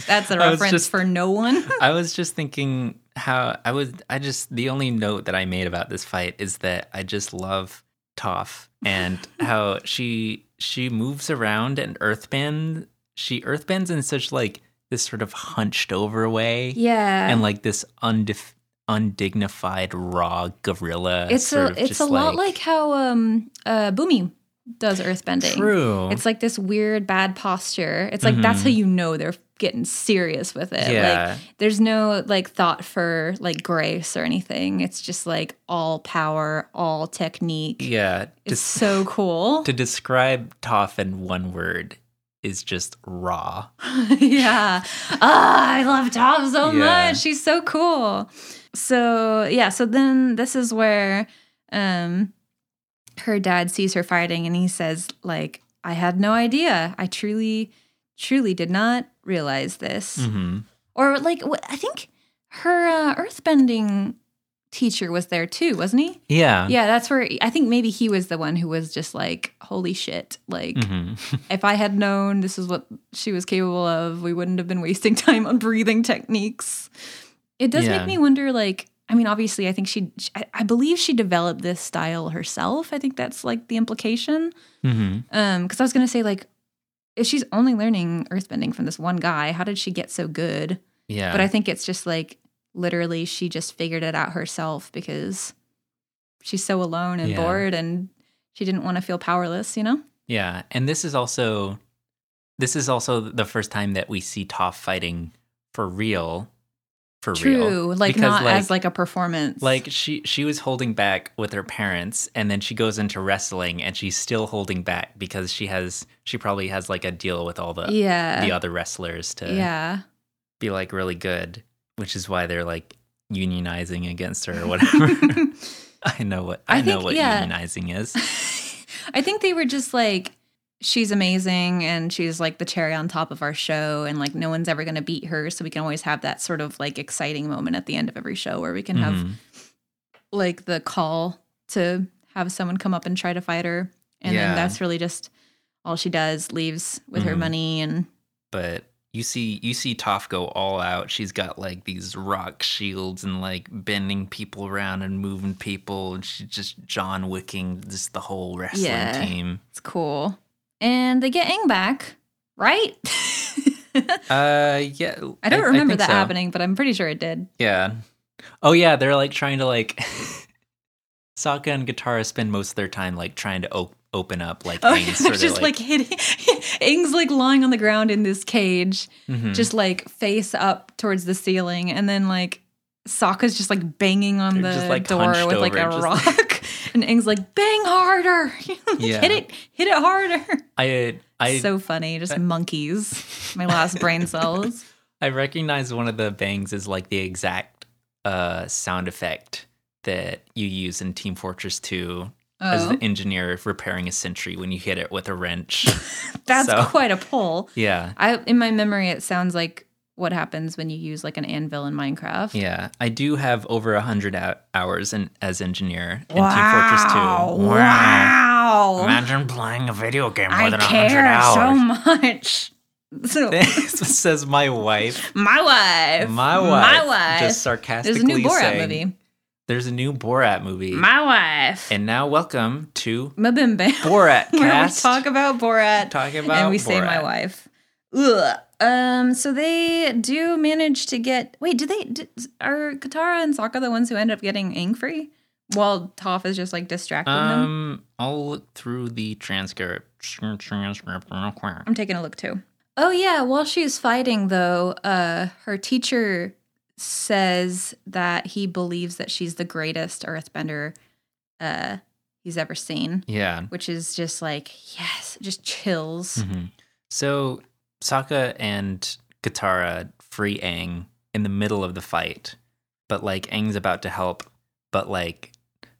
That's a I was reference just- for no one. I was just thinking how I was I just the only note that I made about this fight is that I just love Toph and how she she moves around and earthbend she earthbends in such like this sort of hunched over way. Yeah. and like this undif- undignified raw gorilla. it's sort a of it's just a lot like, how um uh Boomy does earthbending. true. It's like this weird bad posture. It's like that's Mhm. how you know they're getting serious with it. Like yeah, there's no like thought for like grace or anything. It's just like all power, all technique. yeah. It's Des- so cool. to describe Toph in one word is just raw. yeah. Ah, I love Tom so Yeah. much. She's so cool. So, yeah, so then this is where um her dad sees her fighting and he says like I had no idea. I truly truly did not realize this. hmm Or like wh- I think her uh, earthbending teacher was there too, wasn't he? Yeah. Yeah, that's where I think maybe he was the one who was just like, holy shit. Like, hmm if I had known this is what she was capable of, we wouldn't have been wasting time on breathing techniques. It does Yeah. make me wonder, like, I mean, obviously, I think she, she- I- I believe she developed this style herself. I think that's like the implication. hmm Um, because I was gonna say, like, if she's only learning earthbending from this one guy, how did she get so good? Yeah. But I think it's just like literally she just figured it out herself because she's so alone and Yeah. bored and she didn't want to feel powerless, you know? yeah. And this is also this is also the first time that we see Toph fighting for real. For real. True. Like Because, not like- as like a performance. Like she she was holding back with her parents and then she goes into wrestling and she's still holding back because she has she probably has like a deal with all the yeah. uh, the other wrestlers to yeah. be like really good, which is why they're like unionizing against her or whatever. I know what I I, know think- what yeah. unionizing is. I think they were just like she's amazing and she's like the cherry on top of our show and like no one's ever going to beat her so we can always have that sort of like exciting moment at the end of every show where we can have Mhm. like the call to have someone come up and try to fight her. And Yeah. then that's really just all she does, leaves with her Mhm. money and But you see you see Toph go all out. She's got like these rock shields and like bending people around and moving people and she's just John Wicking just the whole wrestling Yeah. team. it's cool. And they get Aang back, right? Uh yeah. I don't remember think that so. happening, but I'm pretty sure it did. Yeah. Oh yeah, they're like trying to like Sokka and Guitar spend most of their time like trying to op- open up like Oh, things. yeah, so it's they're, just like, hitting. Aang's like lying on the ground in this cage, Mhm. just like face up towards the ceiling, and then like Sokka's just like banging on They're the just, like, door hunched with like over a and just- rock, and Aang's like, "Bang harder! Yeah. Hit it! Hit it harder!" I I so funny, just monkeys. My last brain cells. I recognize one of the bangs is like the exact uh sound effect that you use in Team Fortress 2 as Oh, the engineer repairing a sentry when you hit it with a wrench. that's so- quite a pull. yeah. I in my memory, it sounds like what happens when you use like an anvil in Minecraft. Yeah, I do have over a hundred hours in, as engineer in Wow! Team Fortress 2. Wow! Imagine playing a video game more I than a hundred care so hours. much. So says my wife. my wife, My wife. my wife. Just There's sarcastically a new Borat saying, movie. There's a new Borat movie. My wife. and now welcome to Ma Bim Bam. Borat Where we cast. talk about Borat. Talking about and we say my Borat. wife. Ugh. Um, so they do manage to get. Wait, do they? d are Katara and Sokka the ones who end up getting angry while Toph is just like distracting them? Um, I'll look through the transcript. Transcript real quick. I'm taking a look too. Oh yeah, while she's fighting though, uh, her teacher says that he believes that she's the greatest Earthbender uh, he's ever seen, Yeah. which is just like yes, just chills. Mhm. So Sokka and Katara free Aang in the middle of the fight, but like Aang's about to help, but like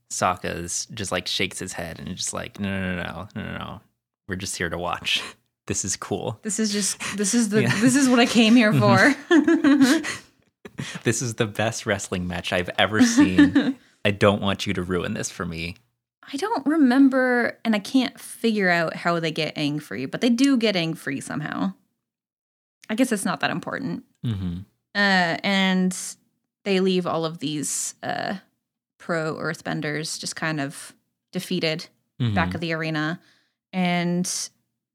Sokka's just like shakes his head and just like no no no no no no we're just here to watch. This is cool. This is just this is the Yeah. this is what I came here for. This is the best wrestling match I've ever seen. I don't want you to ruin this for me. I don't remember, and I can't figure out how they get Aang free, but they do get Aang free somehow. I guess it's not that important. Mm-hmm. Uh, and they leave all of these uh, pro Earthbenders just kind of defeated Hmm. back of the arena. And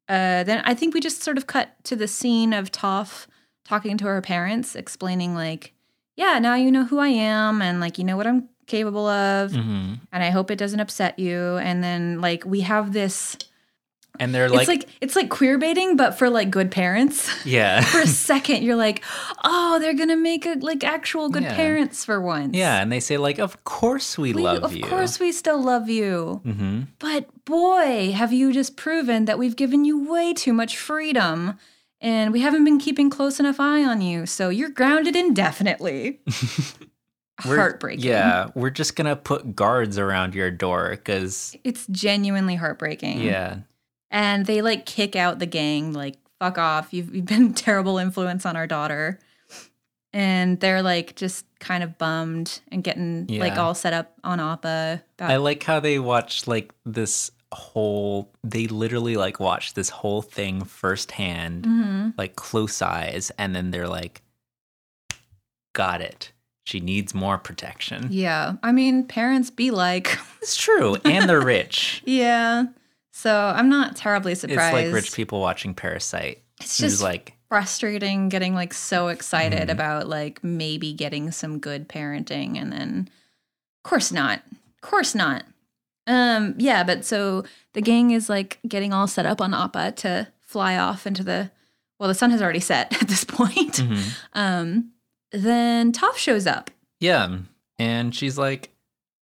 uh, then I think we just sort of cut to the scene of Toph talking to her parents, explaining, like, yeah, now you know who I am and, like, you know what I'm capable of. hmm And I hope it doesn't upset you. And then, like, we have this. And they're it's like it's like queer baiting, but for like good parents. yeah. For a second, you're like, oh, they're gonna make it like actual good Yeah. parents for once. Yeah, and they say like, "Of course we, We- love of you." course, we still love you. hmm But boy, have you just proven that we've given you way too much freedom and we haven't been keeping close enough eye on you. So you're grounded indefinitely. We're- heartbreaking. Yeah, we're just gonna put guards around your door because It's genuinely heartbreaking. yeah, And they like kick out the gang, like, fuck off. You've, you've been a terrible influence on our daughter. And they're like just kind of bummed and getting like Yeah. all set up on Appa. About, I like how they watch like this whole. They literally like watch this whole thing firsthand, Mhm. like close eyes, and then they're like, "Got it. She needs more protection." Yeah. I mean, parents be like. It's true, and they're rich. Yeah. So I'm not terribly surprised. It's like rich people watching Parasite. It's It's just like frustrating getting like so excited about like maybe getting some good parenting and then of course not. Of course not. Um yeah, but so the gang is like getting all set up on Appa to fly off into the well the sun has already set at this point. mhm. Um then Toph shows up. Yeah. And she's like,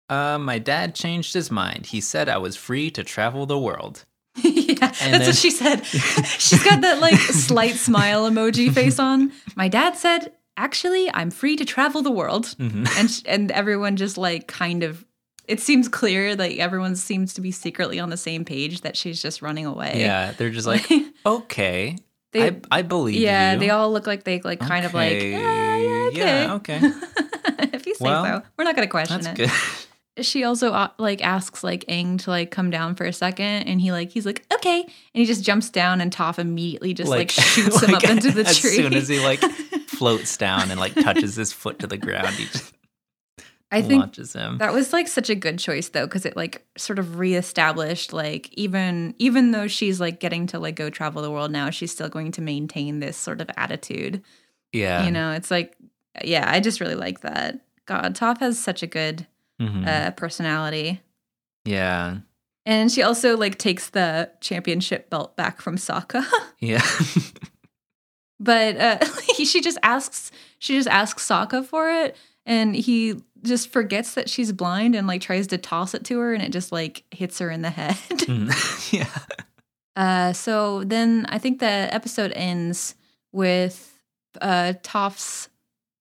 uh, my dad changed his mind. He said I was free to travel the world. yeah, that's then- what she said. She's got that like slight smile emoji face on. My dad said, "Actually, I'm free to travel the world," Mhm. and sh- and everyone just like kind of. It seems clear like everyone seems to be secretly on the same page that she's just running away. Yeah. They're just like, okay. They- I, I believe yeah. you. They all look like they like kind of like Okay, yeah, yeah, okay. yeah, if you say Well, so, we're not gonna question That's it. good. she also uh, like asks like Aang to like come down for a second, and he like he's like okay, and he just jumps down, and Toph immediately just like, shoots him like, up into the as tree. soon as he like floats down and like touches his foot to the ground, he just I think launches him. that was like such a good choice though, because it like sort of reestablished like even even though she's like getting to like go travel the world now, she's still going to maintain this sort of attitude. yeah. You know, it's like yeah, I just really like that. God, Toph has such a good Mhm. uh, personality. yeah. And she also like takes the championship belt back from Sokka. Yeah. but uh, she just asks she just asks Sokka for it and he just forgets that she's blind and like tries to toss it to her and it just like hits her in the head. Mhm. yeah. Uh, so then I think the episode ends with uh, Toph's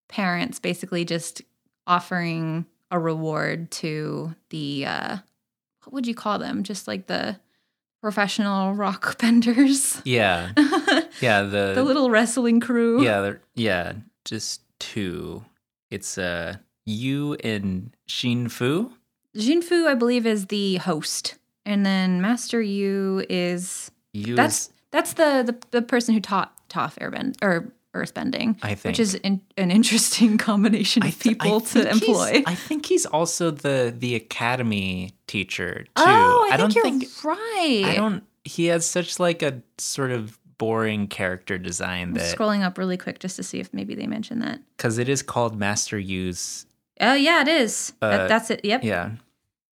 parents basically just offering a reward to the uh, what would you call them? Just like the professional rock benders, Yeah. the Yeah. little wrestling crew. Uh, Yeah, they're- yeah, just two. It's uh you and Xin Fu. Jinfu, I believe, is the host, and then Master Yu is You that's is- that's the the, the person who taught Toph airbend or earthbending, I think. which is in, an interesting combination of I th- I people to think he's- employ. I think he's also the the academy teacher too. Oh, I, think don't you're think right. I don't. He has such like a sort of boring character design I'm that scrolling up really quick just to see if maybe they mention that. because it is called Master Yu's. Oh yeah, it is. That- Uh, that's it. Yep. Yeah,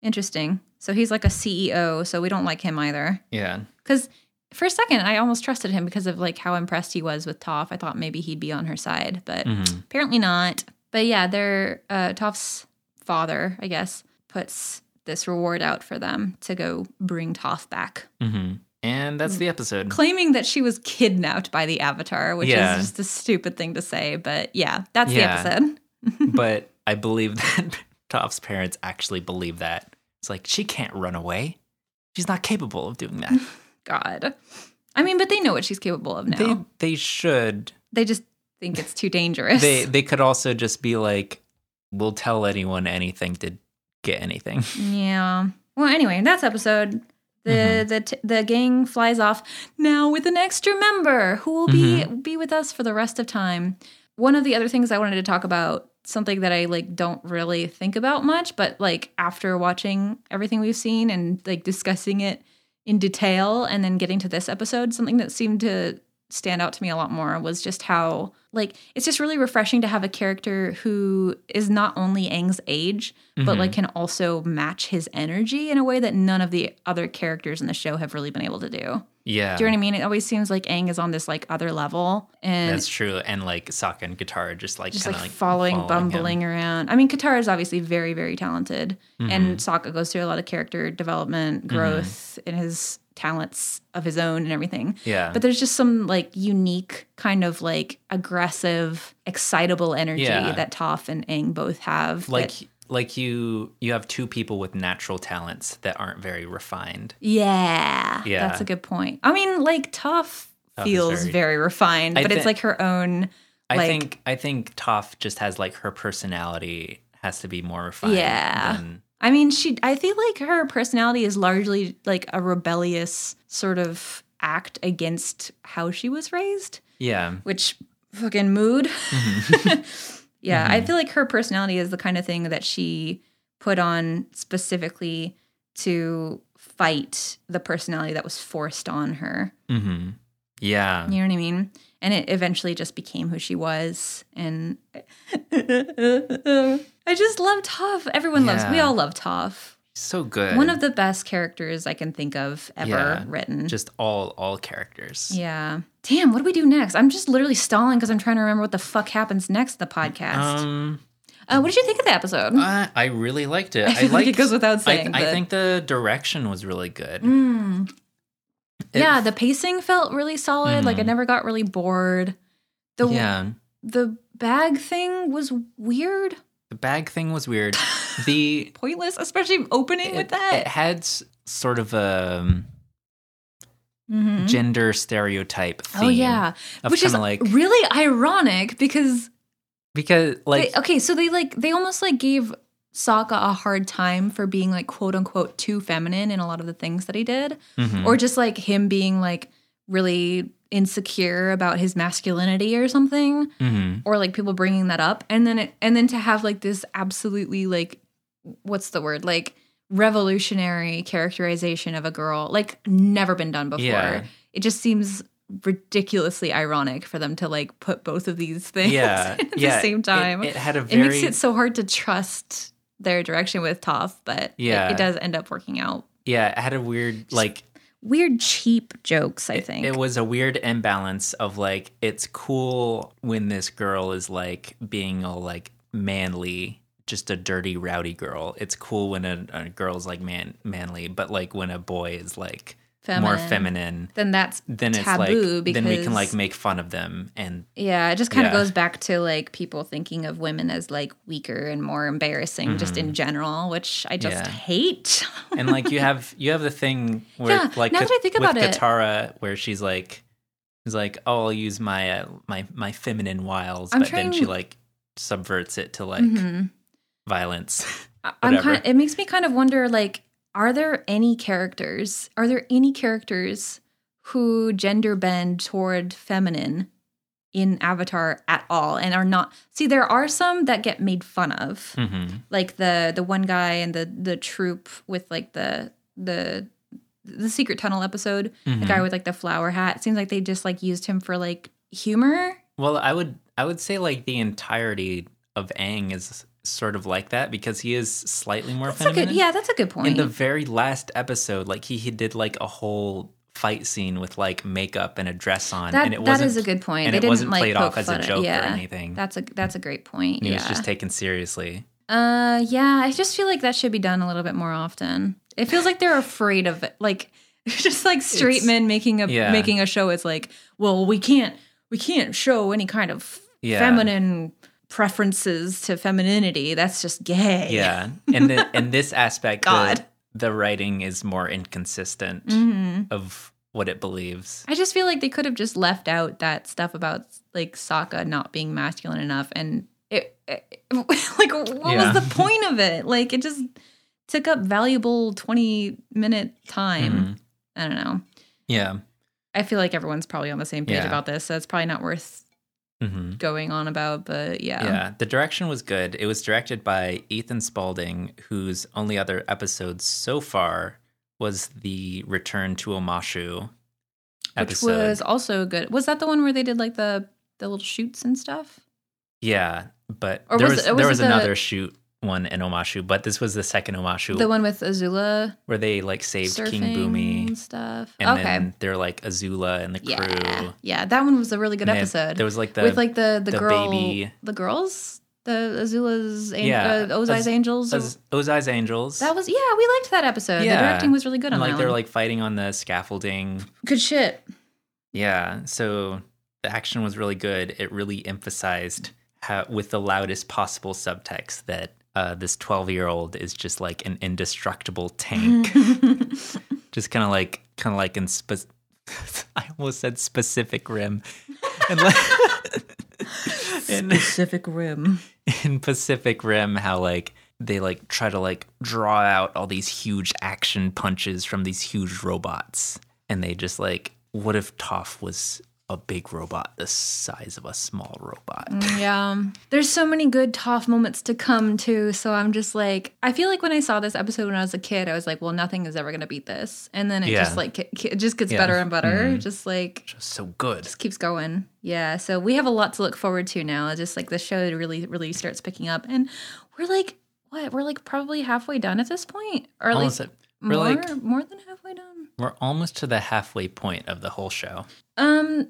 Interesting. So he's like a CEO, so we don't like him either. yeah. Because for a second, I almost trusted him because of like how impressed he was with Toph. I thought maybe he'd be on her side, but Mhm. apparently not. But yeah, their uh, Toph's father, I guess, puts this reward out for them to go bring Toph back, hmm And that's the episode. claiming that she was kidnapped by the Avatar, which Mm-hmm. Yeah. is just a stupid thing to say. But yeah, that's Yeah. the episode. but I believe that Toph's parents actually believe that. It's like she can't run away. She's not capable of doing that. God. I mean, but they know what she's capable of now. They They, they should. just think it's too dangerous. They they could also just be like, we'll tell anyone anything to get anything. Yeah. Well, anyway, in that episode, the Mm-hmm. the t- the gang flies off now with an extra member who will be Mm-hmm. be with us for the rest of time. One of the other things I wanted to talk about, something that I like don't really think about much, but like after watching everything we've seen and like discussing it in detail and then getting to this episode, something that seemed to stand out to me a lot more was just how like it's just really refreshing to have a character who is not only Aang's age but like Mm-hmm. can also match his energy in a way that none of the other characters in the show have really been able to do. Yeah, Do you know what I mean? It always seems like Aang is on this like other level and that's true. And like Sokka and Guitar are just like just kinda, like, following, him. bumbling around. I mean, Katara is obviously very, very talented, Mm-hmm. and Sokka goes through a lot of character development, growth, in his talents of his own and everything. Yeah, But there's just some like unique kind of like aggressive, excitable energy Yeah. that Toph and Aang both have. like that- like you you have two people with natural talents that aren't very refined. Yeah. Yeah. That's a good point. I mean, like tough Tough is feels very, very- refined, I but it's thi- like her own I like think I think Toph just has like her personality has to be more refined. Yeah. than- I mean, she I feel like her personality is largely like a rebellious sort of act against how she was raised, yeah. which fucking mood. Mhm. yeah, Mm-hmm. I feel like her personality is the kind of thing that she put on specifically to fight the personality that was forced on her. Mhm. Yeah. You know what I mean? And it eventually just became who she was. And I just love Toph. Everyone loves, we Yeah. all love Toph. So good. One of the best characters I can think of ever Yeah. written. just all all characters. yeah. Damn, what do we do next? I'm just literally stalling because I'm trying to remember what the fuck happens next in the podcast. Um, uh, what did you think of the episode? I, I really liked it. I feel like it liked- goes without I, saying. I but- think the direction was really good. Mm. It- yeah, the pacing felt really solid. Like I Mhm. never got really bored. The yeah. the bag thing was weird. The bag thing was weird. the pointless, especially opening it, with it that. had s- sort of a um, Mhm. gender stereotype theme. Oh yeah, of which is kinda like- really ironic because Because like they, okay, so they like they almost like gave Sokka a hard time for being like quote unquote too feminine in a lot of the things that he did, mhm. or just like him being like really insecure about his masculinity or something. Mhm. or like people bringing that up and then it, and then to have like this absolutely like what's the word like revolutionary characterization of a girl like never been done before Yeah. it just seems ridiculously ironic for them to like put both of these things yeah, at yeah. the same It- time It, it, had a very makes it so hard to trust their direction with Toph but it- Yeah. it, does end up working out yeah. It had a weird like weird cheap jokes i think it was a weird imbalance of like it's cool when this girl is like being all like manly just a dirty rowdy girl it's cool when a, a girl's like man manly but like when a boy is like more feminine then that's then it's Taboo like then we can because- like make fun of them and Yeah, it just kind of Yeah. goes back to like people thinking of women as like weaker and more embarrassing just in general, which I just Mm-hmm. Yeah. hate. and like you have you have the thing where Yeah, like now Ka- that I think with about it. Katara where she's like she's like oh I'll use my uh, my my feminine wiles I'm but then she trying- like subverts it to like Mhm. violence I- I'm whatever. kind of, it makes me kind of wonder like are there any characters? Are there any characters who gender bend toward feminine in Avatar at all and are not. See, there are some that get made fun of, Mm-hmm. like the the one guy and the the troop with like the the the secret tunnel episode, the Mm-hmm. guy with like the flower hat. It seems like they just like used him for like humor. Well, I would I would say like the entirety of Aang is sort of like that because he is slightly more That's a good, feminine. yeah, that's a good In point. the very last episode, like he, he did like a whole fight scene with like makeup and a dress on, that and it that wasn't is a good point. and they it didn't wasn't like played off poke as a fun at- joke yeah, or anything. That's a that's a great point. He yeah. was just taken seriously. Uh, yeah, I just feel like that should be done a little bit more often. It feels like they're afraid of it. Like just like straight It's- men making a yeah. making a show is like, well, we can't we can't show any kind of Yeah. feminine preferences to femininity. That's just gay. Yeah, and the, in this aspect, God. the, the writing is more inconsistent hmm of what it believes. I just feel like they could have just left out that stuff about like Sokka not being masculine enough, and it, it- like what Yeah. was the point of it? Like it just took up valuable twenty minute time. Mhm. I don't know. Yeah. I feel like everyone's probably on the same page Yeah. about this, so it's probably not worth hmm going on about. But yeah, Yeah, the direction was good. It was directed by Ethan Spalding, whose only other episode so far was the Return to Omashu which episode. was also good. Was that the one where they did like the the little shoots and stuff? yeah, but Or there was was, it- or there was was it the- another shoot one in Omashu, but this was the second Omashu The one with Azula where they like saved surfing King Boomy and stuff. and okay, then they're like Azula and the crew. yeah, yeah, that one was a really good And they- episode. There was like the with like the the, the girl, baby- the girls, the Azula's, an- Yeah, uh, Ozai's Az- angels. or- Oz- Ozai's Angels. that was yeah, we liked that episode. Yeah. The directing was really good on and like that they're one. like fighting on the scaffolding. good shit. Yeah. So the action was really good. It really emphasized how, with the loudest possible subtext that uh, this 12 year old is just like an indestructible tank. just kind of like, kind of like in spe- I almost said specific rim. And like, in, Pacific Rim. in Pacific Rim, how like they like try to like draw out all these huge action punches from these huge robots, and they just like, what if Toph was a big robot the size of a small robot? Mm. Yeah. There's so many good Toph moments to come too. So I'm just like, I feel like when I saw this episode when I was a kid, I was like, well, nothing is ever going to beat this. And then it Yeah. just like, it just gets Yeah. Mm-hmm. better and better. Just like, Just so good. just keeps going. Yeah. So we have a lot to look forward to now. It's Just like the show really, really starts picking up. And we're like, what? We're like probably halfway done at this point. Or at Almost, least we're more, like- more than halfway done. we're almost to the halfway point of the whole show. Um,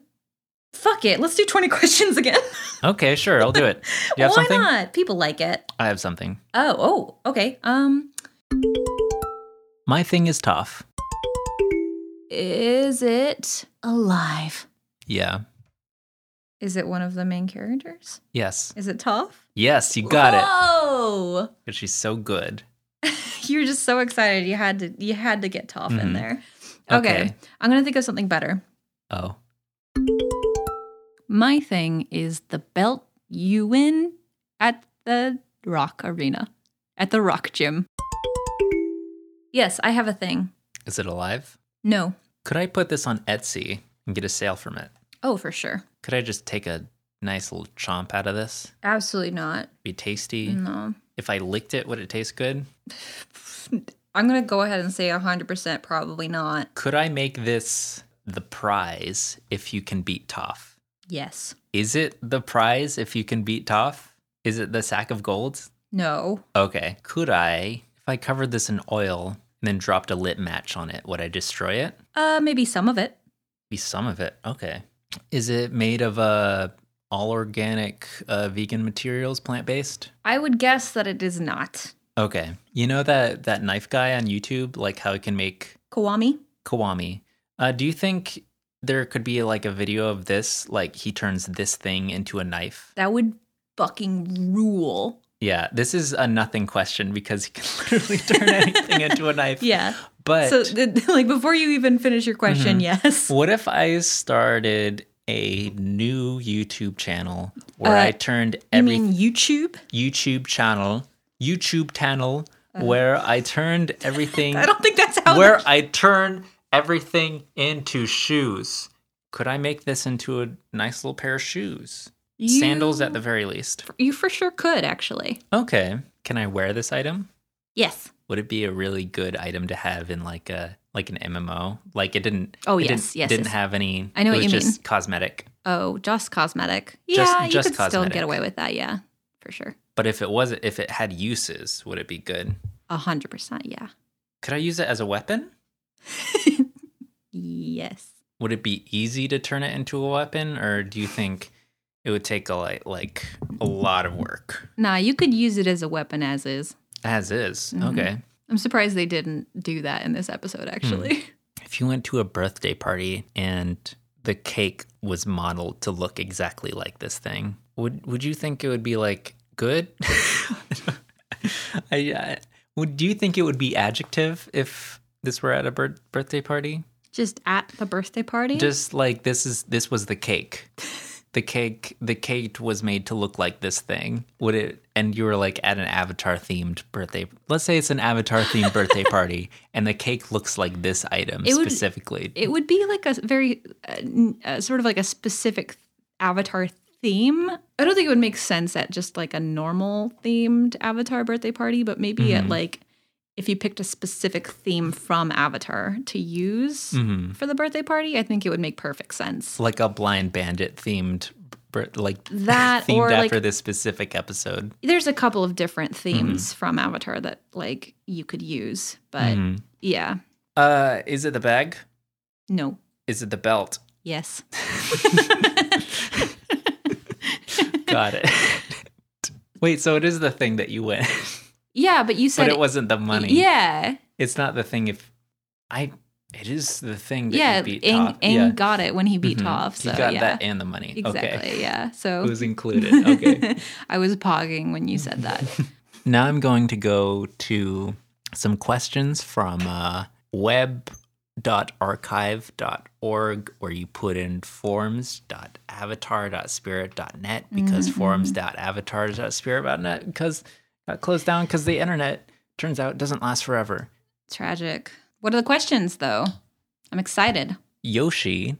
fuck it. Let's do 20 questions again. Okay, sure, I'll do it. You have Why something? not? People like it. I have something. Oh, oh, okay. Um, My thing is Toph. Is it alive? Yeah. Is it one of the main characters? Yes. Is it Toph? Yes, you got it. Oh, Because she's so good. you were just so excited. You had to. You had to get Toph in Mhm. there. Okay. Okay. I'm gonna think of something better. Oh. My thing is the belt you win at the Rock Arena, at the Rock Gym. Yes, I have a thing. Is it alive? No. Could I put this on Etsy and get a sale from it? Oh, for sure. Could I just take a nice little chomp out of this? Absolutely not. Be tasty. No. If I licked it, would it taste good? I'm gonna go ahead and say 100% probably not. Could I make this the prize if you can beat Toph? Yes. Is it the prize if you can beat Toph? Is it the sack of gold? No. Okay. Could I, if I covered this in oil and then dropped a lit match on it, would I destroy it? Uh, maybe some of it. Be some of it. Okay. Is it made of uh, all organic, uh, vegan materials, plant based? I would guess that it is not Okay. You know that that knife guy on YouTube, like how he can make Kiwami. Kiwami. Uh, do you think there could be like a video of this, like he turns this thing into a knife? That would fucking rule. Yeah, this is a nothing question because he can literally turn anything into a knife. Yeah. But Mm-hmm. so, th- like, before you even finish your question, yes. what if I started a new YouTube channel where Uh, I turned I every mean, YouTube. YouTube channel, YouTube channel, Uh-huh. where I turned everything Oh, I don't think that's how. where I turn everything into shoes. Could I make this into a nice little pair of shoes? You- Sandals at the very least. You for sure could, actually. Okay. Can I wear this item? Yes. Would it be a really good item to have in like a like an MMO? Like it didn't. Oh, it yes, didn't, yes, Didn't yes. have any. I know it what was you just cosmetic. Oh, just cosmetic. Just- yeah, just you could still cosmetic. get away with that. Yeah, for sure. But if it was, if it had uses, would it be good? A hundred percent. Yeah. Could I use it as a weapon? Yes. Would it be easy to turn it into a weapon, or do you think it would take a like, like a lot of work? Nah, you could use it as a weapon as is. As is, Mhm. okay. I'm surprised they didn't do that in this episode, Hmm. actually. If you went to a birthday party and the cake was modeled to look exactly like this thing, would would you think it would be like good? I, I, would do you think it would be adjective if this were at a bir- birthday party? Just at the birthday party? Just like this is this was the cake. The cake the cake was made to look like this thing. Would it and you were like at an avatar themed birthday let's say it's an avatar themed birthday party and the cake looks like this item It would- specifically. it would be like a very uh, n- uh, sort of like a specific avatar theme. I don't think it would make sense at just like a normal themed avatar birthday party, but maybe at Mhm. like if you picked a specific theme from Avatar to use Mhm. for the birthday party, I think it would make perfect sense. like a blind bandit themed br- like That themed or like after this specific episode there's a couple of different themes Mm-hmm. from Avatar that like you could use, but Mhm. yeah, uh is it the bag no, is it the belt yes. got it wait so it is the thing that you win yeah, but you said but it wasn't the money Yeah, it's not the thing if i it is the thing that yeah. you beat Aang, Toph. Aang yeah got it when he beat Mhm. Toph, so you got yeah, that and the money exactly. okay Yeah, it so was included okay I was pogging when you said that. Now I'm going to go to some questions from uh, web.archive.org where you put in forms.avatar.spirit.net because Mhm. forms.avatar.spirit.net because got closed down because the internet turns out doesn't last forever. Tragic. What are the questions though? I'm excited. Yoshi,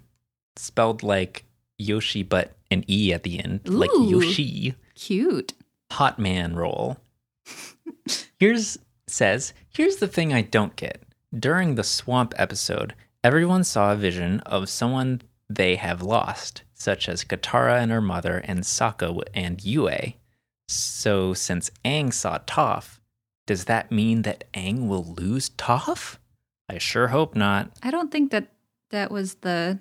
spelled like Yoshi but an E at the end, like Ooh. Yoshi. Cute. hot man role. Here's says, here's the thing I don't get. During the swamp episode, everyone saw a vision of someone they have lost, such as Katara and her mother and Sokka and Yue. So since Aang saw Toph, does that mean that Aang will lose Toph? I sure hope not. I don't think that that was the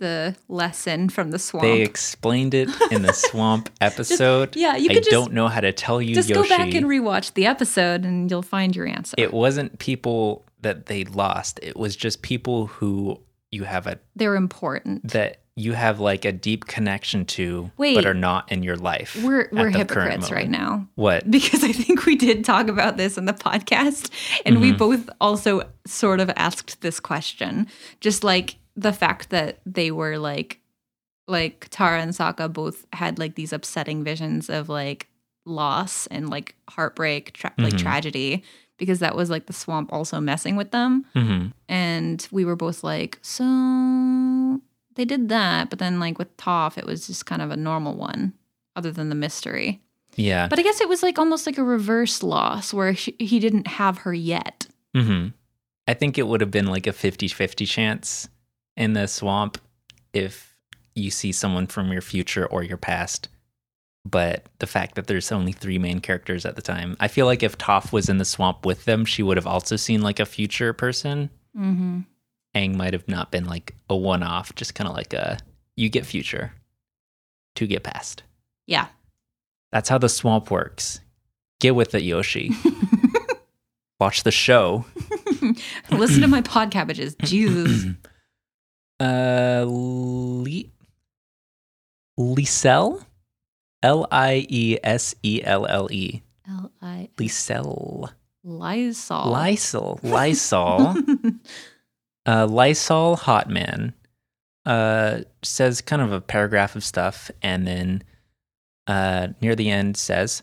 the lesson from the swamp. They explained it in the swamp episode. yeah, you I could just- don't know how to tell you, Just go Yoshi. back and rewatch the episode, and you'll find your answer. it wasn't people that they lost it was just people who you have a They're important. that you have like a deep connection to Wait. but are not in your life We're at we're the current hypocrites right moment. now what because I think we did talk about this in the podcast, and we both also sort of asked this question, just like the fact that they were like, like Tara and Sokka both had like these upsetting visions of like loss and like heartbreak, tra- like Mhm. tragedy, because that was like the swamp also messing with them, Mhm. and we were both like, so they did that, but then like with Toph, it was just kind of a normal one, other than the mystery. yeah But I guess it was like almost like a reverse loss where she, he didn't have her yet. hmm i think it would have been like a 50-50 chance in the swamp if you see someone from your future or your past but the fact that there's only three main characters at the time i feel like if toph was in the swamp with them she would have also seen like a future person Mm-hmm. Aang might have not been like a one off, just kind of like a you get future to get past. Yeah. That's how the swamp works. Get with it, Yoshi. Watch the show. Listen to my pod cabbages. Jesus. Uh, Le- Lisel? L I E S E L L E. L I Lisel. Lysol. Lysol. Lysol. uh, Lysol Hotman uh, says kind of a paragraph of stuff, and then uh, near the end says,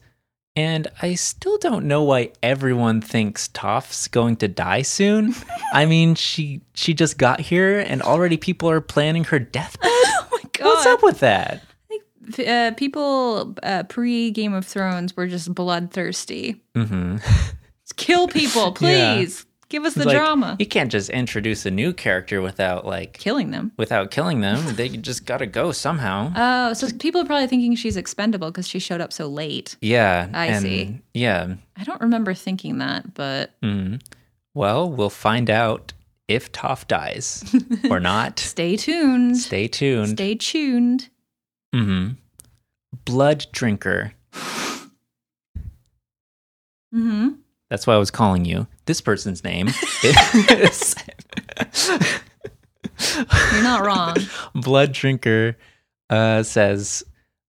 And I still don't know why everyone thinks Toph's going to die soon. I mean, she she just got here and already people are planning her death. Oh my god. What's up with that? Uh, people uh, pre Game of Thrones were just bloodthirsty. Mhm. Just Kill people, Yeah. please. Give us the It's like, drama. You can't just introduce a new character without like Killing them. without killing them. They just got to go somehow. Oh, so people are probably thinking she's expendable because she showed up so late. yeah. I and- see. Yeah. I don't remember thinking that, but Mm. Well, we'll find out if Toph dies or not. stay tuned. Stay Stay tuned. tuned. hmm Blood drinker. hmm That's why I was calling you. This person's name is You're not wrong. Blood Drinker uh, says,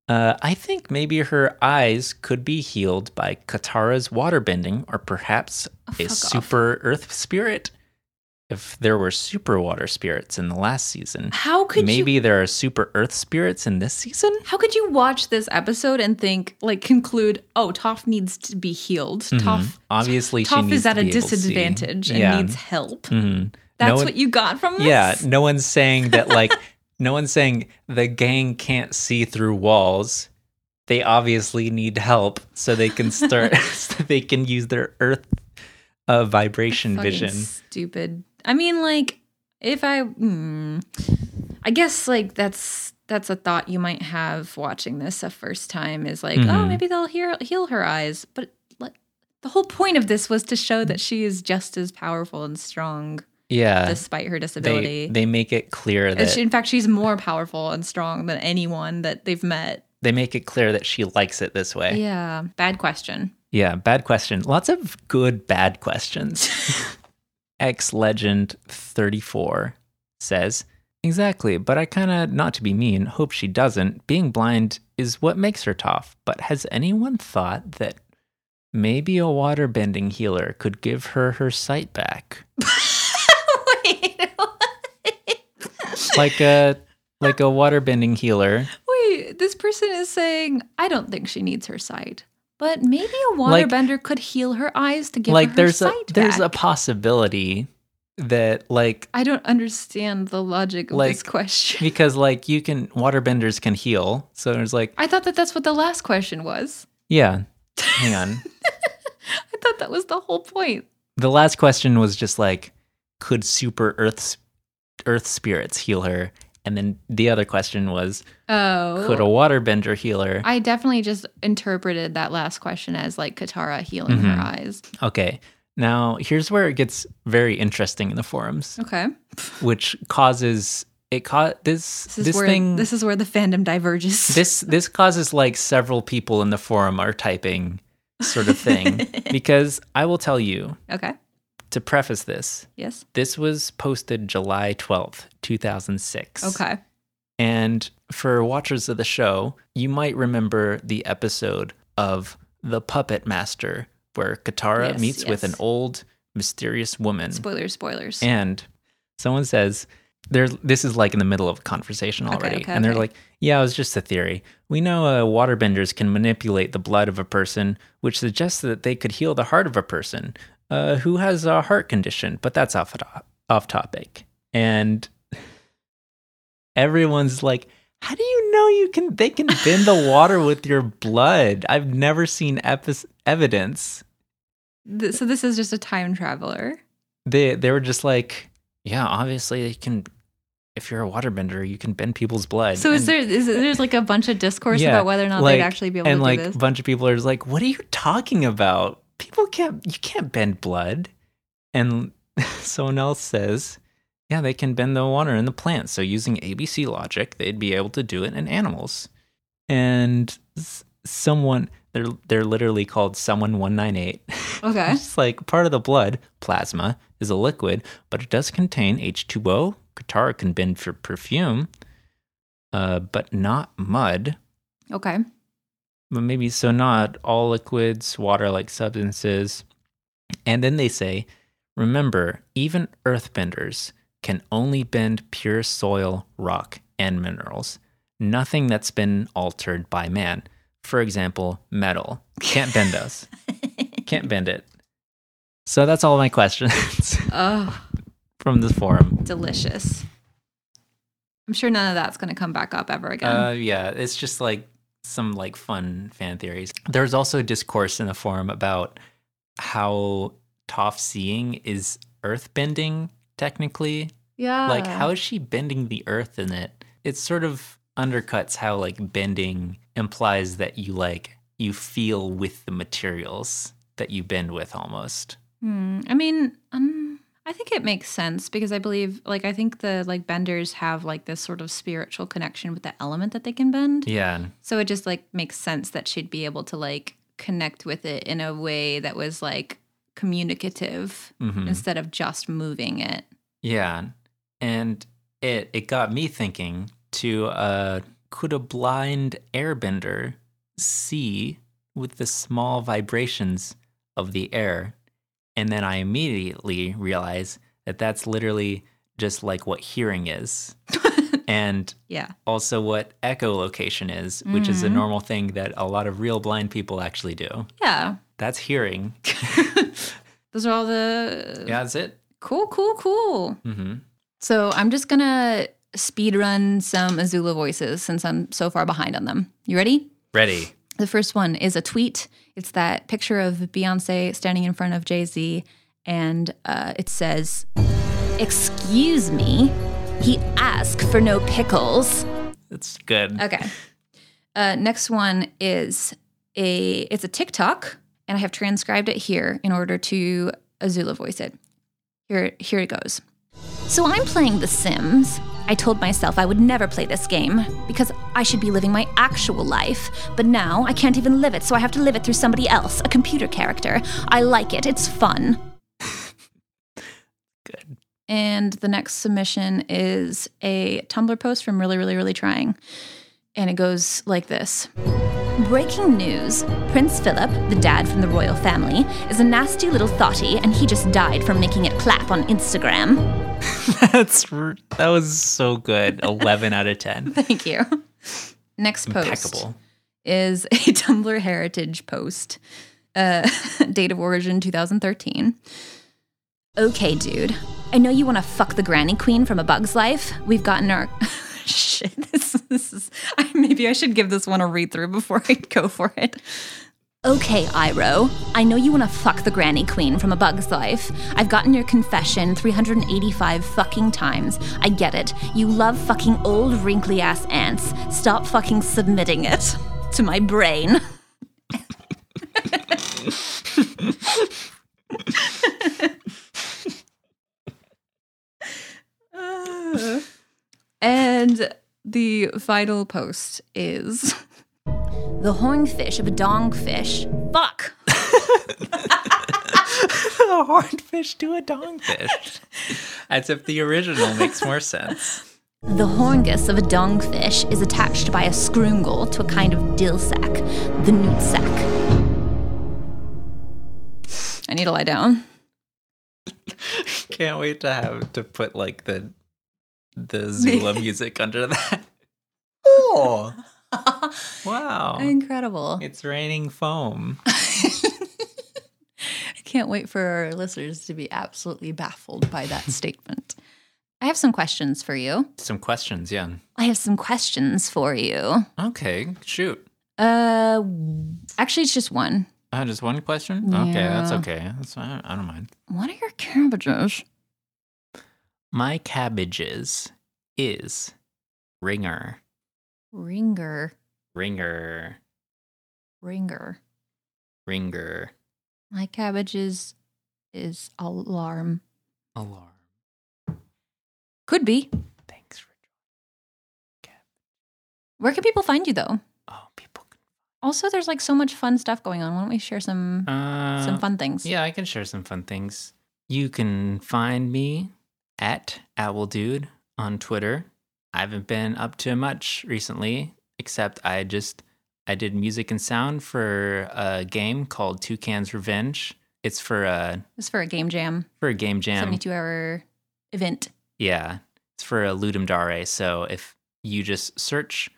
uh, I think maybe her eyes could be healed by Katara's water bending, or perhaps Oh, fuck a off. super earth spirit. If there were super water spirits in the last season, How could maybe you? there are super earth spirits in this season? How could you watch this episode and think, like, conclude, oh, Toph needs to be healed. Toph, Obviously, Mm-hmm. she Toph needs is at to a be able to see. disadvantage and Yeah. needs help. Mhm. That's no one- what you got from this? Yeah, no one's saying that like no one's saying the gang can't see through walls. They obviously need help so they can start so they can use their earth uh, vibration Fucking vision. Stupid. I mean, like, if I, mm, I guess, like, that's that's a thought you might have watching this a first time is like, oh, Mhm. maybe they'll heal heal her eyes. But like, the whole point of this was to show that she is just as powerful and strong Yeah. despite her disability. They they make it clear And that she- in fact, she's more powerful and strong than anyone that they've met. they make it clear that she likes it this way. Yeah. Yeah. Bad question. bad question. Lots of good bad questions. X Legend 34 says, Exactly, but I kinda, not to be mean, hope she doesn't. Being blind is what makes her tough, but has anyone thought that maybe a waterbending healer could give her her sight back? Wait. what? Like a. Like a waterbending healer. Wait, this person is saying, I don't think she needs her sight. But maybe a Like- waterbender could heal her eyes to give like her, there's her a sight there's a back. possibility that like I don't understand the logic of this Like- question. because like you can waterbenders can heal. So there's like I thought that that's what the last question was. yeah. Hang on. I thought that was the whole point. the last question was just like could super earth earth spirits heal her and then the other question was Oh. could a waterbender heal her I definitely just interpreted that last question as like Katara healing her Mhm. eyes. okay now here's where it gets very interesting in the forums Okay. which causes it ca- this This is this, where thing this this is where the fandom diverges. this this causes like several people in the forum are typing sort of thing because I will tell you okay. to preface this Yes. this was posted July 12th 2006 Okay. And for watchers of the show, you might remember the episode of The Puppet Master, where Katara Yes, meets with yes. an old mysterious woman. Spoilers, spoilers. And someone says, "There's this is like in the middle of a conversation Okay, already. okay, and they're okay. like, yeah, it was just a theory. We know uh, waterbenders can manipulate the blood of a person, which suggests that they could heal the heart of a person uh, who has a heart condition, but that's off, off topic. And everyone's like, how do you know you can they can bend the water with your blood? I've never seen epi- evidence. Th- so this is just a time traveler. they they were just like, yeah, obviously you can. If you're a waterbender, you can bend people's blood. So is And- there is there's like a bunch of discourse Yeah, about whether or not like- they'd actually be able and to like do this? a bunch of people are just like, what are you talking about? People can't you can't bend blood. And someone else says, yeah, they can bend the water in the plant. So using ABC logic, they'd be able to do it in animals. And s- someone they're they're literally called someone one nine eight. Okay. It's like part of the blood, plasma, is a liquid, but it does contain H2O. Katara can bend for perfume, uh, but not mud. Okay. But maybe so not all liquids, water like substances. And then they say, remember, even earthbenders can only bend pure soil, rock, and minerals, nothing that's been altered by man. For example, metal can't bend us. can't bend it. So that's all my questions Oh, from this forum. delicious. I'm sure none of that's going to come back up ever again. Uh, yeah, it's just like some like fun fan theories. There's also discourse in the forum about how Toph seeing is earth bending technically. yeah. Like how is she bending the earth in it? It sort of undercuts how like bending implies that you like you feel with the materials that you bend with almost. Hmm. I mean, um, I think it makes sense because I believe, like, I think the like benders have like this sort of spiritual connection with the element that they can bend. Yeah. So it just like makes sense that she'd be able to like connect with it in a way that was like communicative hmm instead of just moving it. Yeah. And it it got me thinking to uh could a blind airbender see with the small vibrations of the air? And then I immediately realize that that's literally just like what hearing is. and Yeah. also what echolocation is, which is a Mhm. normal thing that a lot of real blind people actually do. Yeah. That's hearing. Those are all the yeah, that's it. cool, cool, cool. hmm So I'm just gonna speed run some Azula voices since I'm so far behind on them. You ready? Ready. The first one is a tweet. It's that picture of Beyonce standing in front of Jay Z, and uh, it says, Excuse me, he asked for no pickles. That's good. Okay. Uh, next one is a it's a TikTok, and I have transcribed it here in order to Azula voice it. Here, here it goes. So I'm playing The Sims. I told myself I would never play this game because I should be living my actual life. But now I can't even live it, so I have to live it through somebody else, a computer character. I like it, it's fun. Good. And the next submission is a Tumblr post from Really, Really, Really Trying. And it goes like this. Breaking news Prince Philip, the dad from the royal family, is a nasty little thotty, and he just died from making it clap on Instagram. That's r- that was so good. Eleven out of ten. Thank you. Next post Impeccable. is a Tumblr heritage post, uh, date of origin 2013. Okay, dude. I know you want to fuck the granny queen from A Bug's Life. We've gotten our. Shit, this, this is. I, maybe I should give this one a read through before I go for it. Okay, Iro. I know you want to fuck the granny queen from A Bug's Life. I've gotten your confession 385 fucking times. I get it. You love fucking old, wrinkly ass ants. Stop fucking submitting it to my brain. And the final post is the hornfish of a dongfish. Fuck! a hornfish to a dongfish. As if the original makes more sense. The horngus of a dongfish is attached by a scroungle to a kind of dill sack, the newt sack. I need to lie down. Can't wait to have to put like the the Zula music under that. Oh wow! Incredible. It's raining foam. I can't wait for our listeners to be absolutely baffled by that statement. I have some questions for you. Some questions, yeah. I have some questions for you. Okay, shoot. Uh, actually, it's just one. Uh, just one question. Okay, that's Yeah. okay. That's I I don't mind. What are your cabbages? My cabbages is ringer. Ringer, Ringer. ringer. Ringer. My cabbages is alarm. Alarm. Could be. Thanks for Where can people find you though? Oh, people. can- Also, there's like so much fun stuff going on. Why don't we share some Uh, some fun things? Yeah, I can share some fun things. You can find me at OwlDude on Twitter. I haven't been up to much recently, except I just I did music and sound for a game called Toucan's Revenge. It's for a It's for a game jam, for a game jam. 72 hour event. Yeah, it's for a Ludum Dare. So if you just search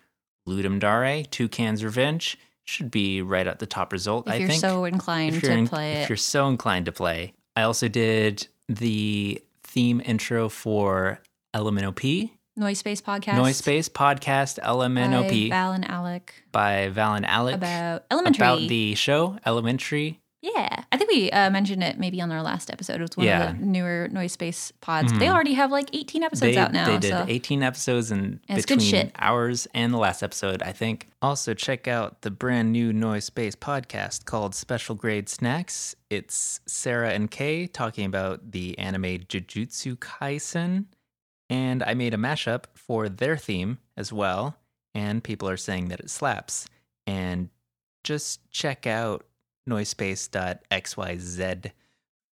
Ludum Dare, Toucan's Revenge, should be right at the top result. If I you're think so inclined if to you're in- play if it. you're so inclined to play. I also did the theme intro for LMNOP, Noise Space Podcast. Noise Space Podcast LMNOP By Val and Alec by Val and Alec about elementary. about the show Elementary. yeah, I think we uh, mentioned it maybe on our last episode. It was one Yeah. of the newer Noise Space pods. They Mhm. already have like 18 episodes They, out now. they did so 18 episodes in It's good between shit. ours and the last episode, I think. Also, check out the brand new Noise Space podcast called Special Grade Snacks. It's Sarah and Kay talking about the anime Jujutsu Kaisen. And I made a mashup for their theme as well. And people are saying that it slaps. And just check out noisepace.xyz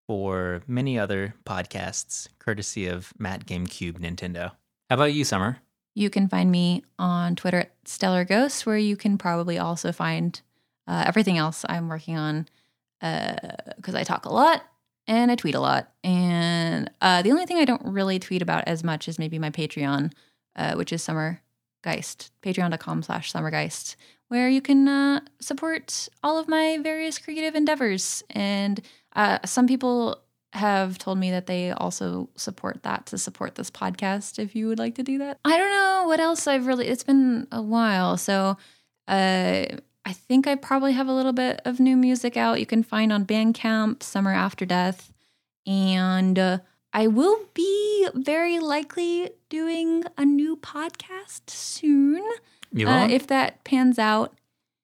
for many other podcasts, courtesy of Matt GameCube Nintendo. How about you, Summer? You can find me on Twitter at Stellar Ghost, where you can probably also find uh, everything else I'm working on because I talk a lot and I tweet a lot. And uh, the only thing I don't really tweet about as much is maybe my Patreon, uh, which is Summergeist, patreon.com slash Summergeist, where you can uh, support all of my various creative endeavors. And uh, some people have told me that they also support that to support this podcast if you would like to do that. I don't know what else I've really it's been a while. So uh I think I probably have a little bit of new music out you can find on Bandcamp Summer After Death and uh, I will be very likely doing a new podcast soon You uh, if that pans out.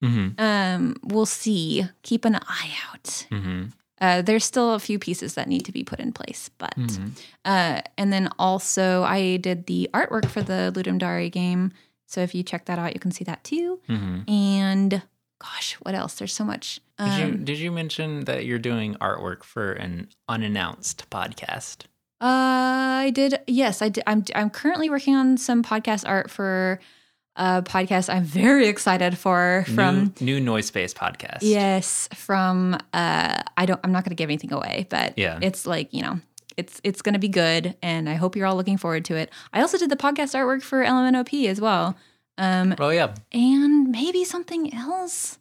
mm-hmm. Um we'll see. Keep an eye out. Mm-hmm. Uh, there's still a few pieces that need to be put in place, but Hmm. mm-hmm, uh, and then also I did the artwork for the Ludum Dare game, so if you check that out, you can see that too. Mm-hmm. And gosh, what else? There's so much. Um, did, you, did you mention that you're doing artwork for an unannounced podcast? Uh, I did. Yes, I did. I'm I'm currently working on some podcast art for a podcast I'm very excited for from new, new Noise Space podcast. Yes, from uh I don't I'm not going to give anything away, but Yeah. it's like, you know, it's it's going to be good and I hope you're all looking forward to it. I also did the podcast artwork for LMNOP as well. Um Oh yeah. and maybe something else.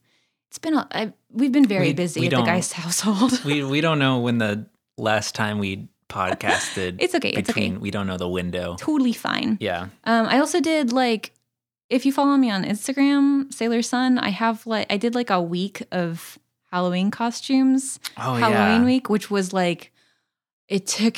It's been a, I, we've been very We- busy we at the don't- guy's household. We we don't know when the last time we podcasted. it's okay. It's between okay. we don't know the window. Totally fine. Yeah. Um, I also did like, if you follow me on Instagram, Sailor Sun, I have like, I did like a week of Halloween costumes, Oh Halloween yeah. week, which was like, it took,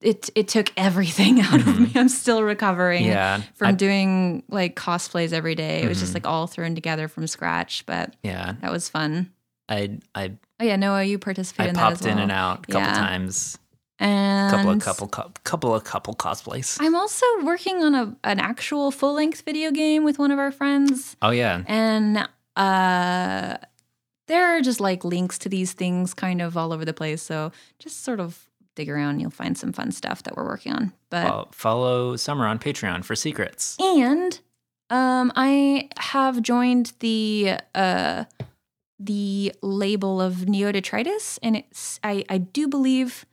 it it took everything out of Mhm. me. I'm still recovering Yeah. from I- doing like cosplays every day. It was just Mhm. like all thrown together from scratch, but yeah. that was fun. I I Oh yeah, Noah, you participated in I that popped as well. in and out a couple Yeah. times. And couple of couple cou- couple of couple cosplays. I'm also working on a an actual full length video game with one of our friends. Oh yeah, And uh there are just like links to these things kind of all over the place. So just sort of dig around, you'll find some fun stuff that we're working on. But Fol- follow Summer on Patreon for secrets. and um I have joined the uh the label of Neo Detritus and it's I, I do believe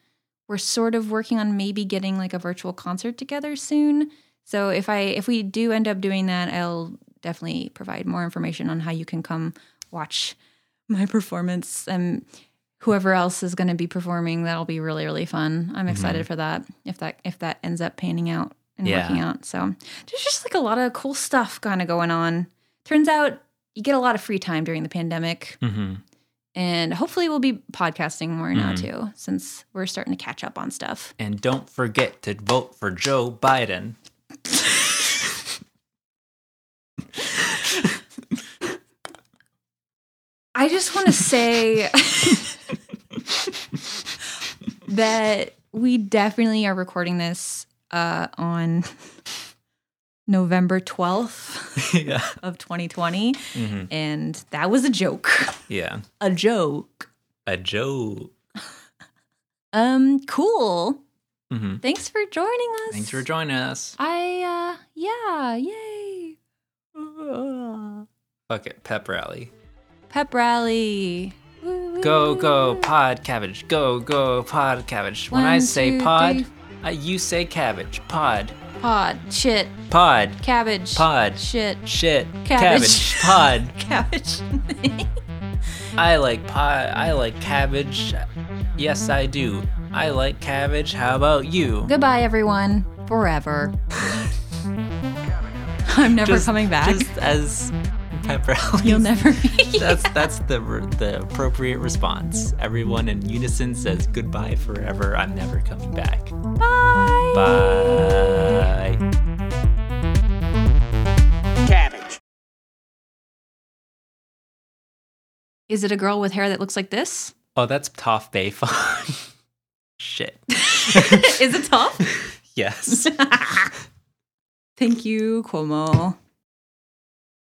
we're sort of working on maybe getting like a virtual concert together soon. So if I if we do end up doing that, I'll definitely provide more information on how you can come watch my performance and whoever else is going to be performing. That'll be really really fun. I'm excited for that if that if that ends up panning out and Yeah. working out. So there's just like a lot of cool stuff kind of going on. Turns out you get a lot of free time during the pandemic Mm-hmm. and hopefully we'll be podcasting more now Mhm. too since we're starting to catch up on stuff And don't forget to vote for Joe Biden. i just want to say that we definitely are recording this uh, on november 12th yeah. of 2020 hmm and that was a joke Yeah. a joke A Joe. um cool hmm thanks for joining us Thanks for joining us. i uh yeah yay Uh, Fuck it, pep rally. pep rally Go go pod cabbage. Go go pod cabbage. When I One, say two, pod, three. uh, you say cabbage. Pod. pod Pod. Shit. Pod. Cabbage. Pod. Shit. Shit. Cabbage. Cabbage. Pod. Cabbage. I like pod. I like cabbage. Yes, I do. I like cabbage. How about you? Goodbye, everyone. Forever. I'm never Just- coming back. Just as Pepper. You'll never be. That's that's the the appropriate response. Everyone in unison says goodbye forever. I'm never coming back. Bye. Bye. Cabbage. Is it a girl with hair that looks like this? Oh, that's Toph Bay fun. Shit. Is it tough? Yes. Thank you, Cuomo.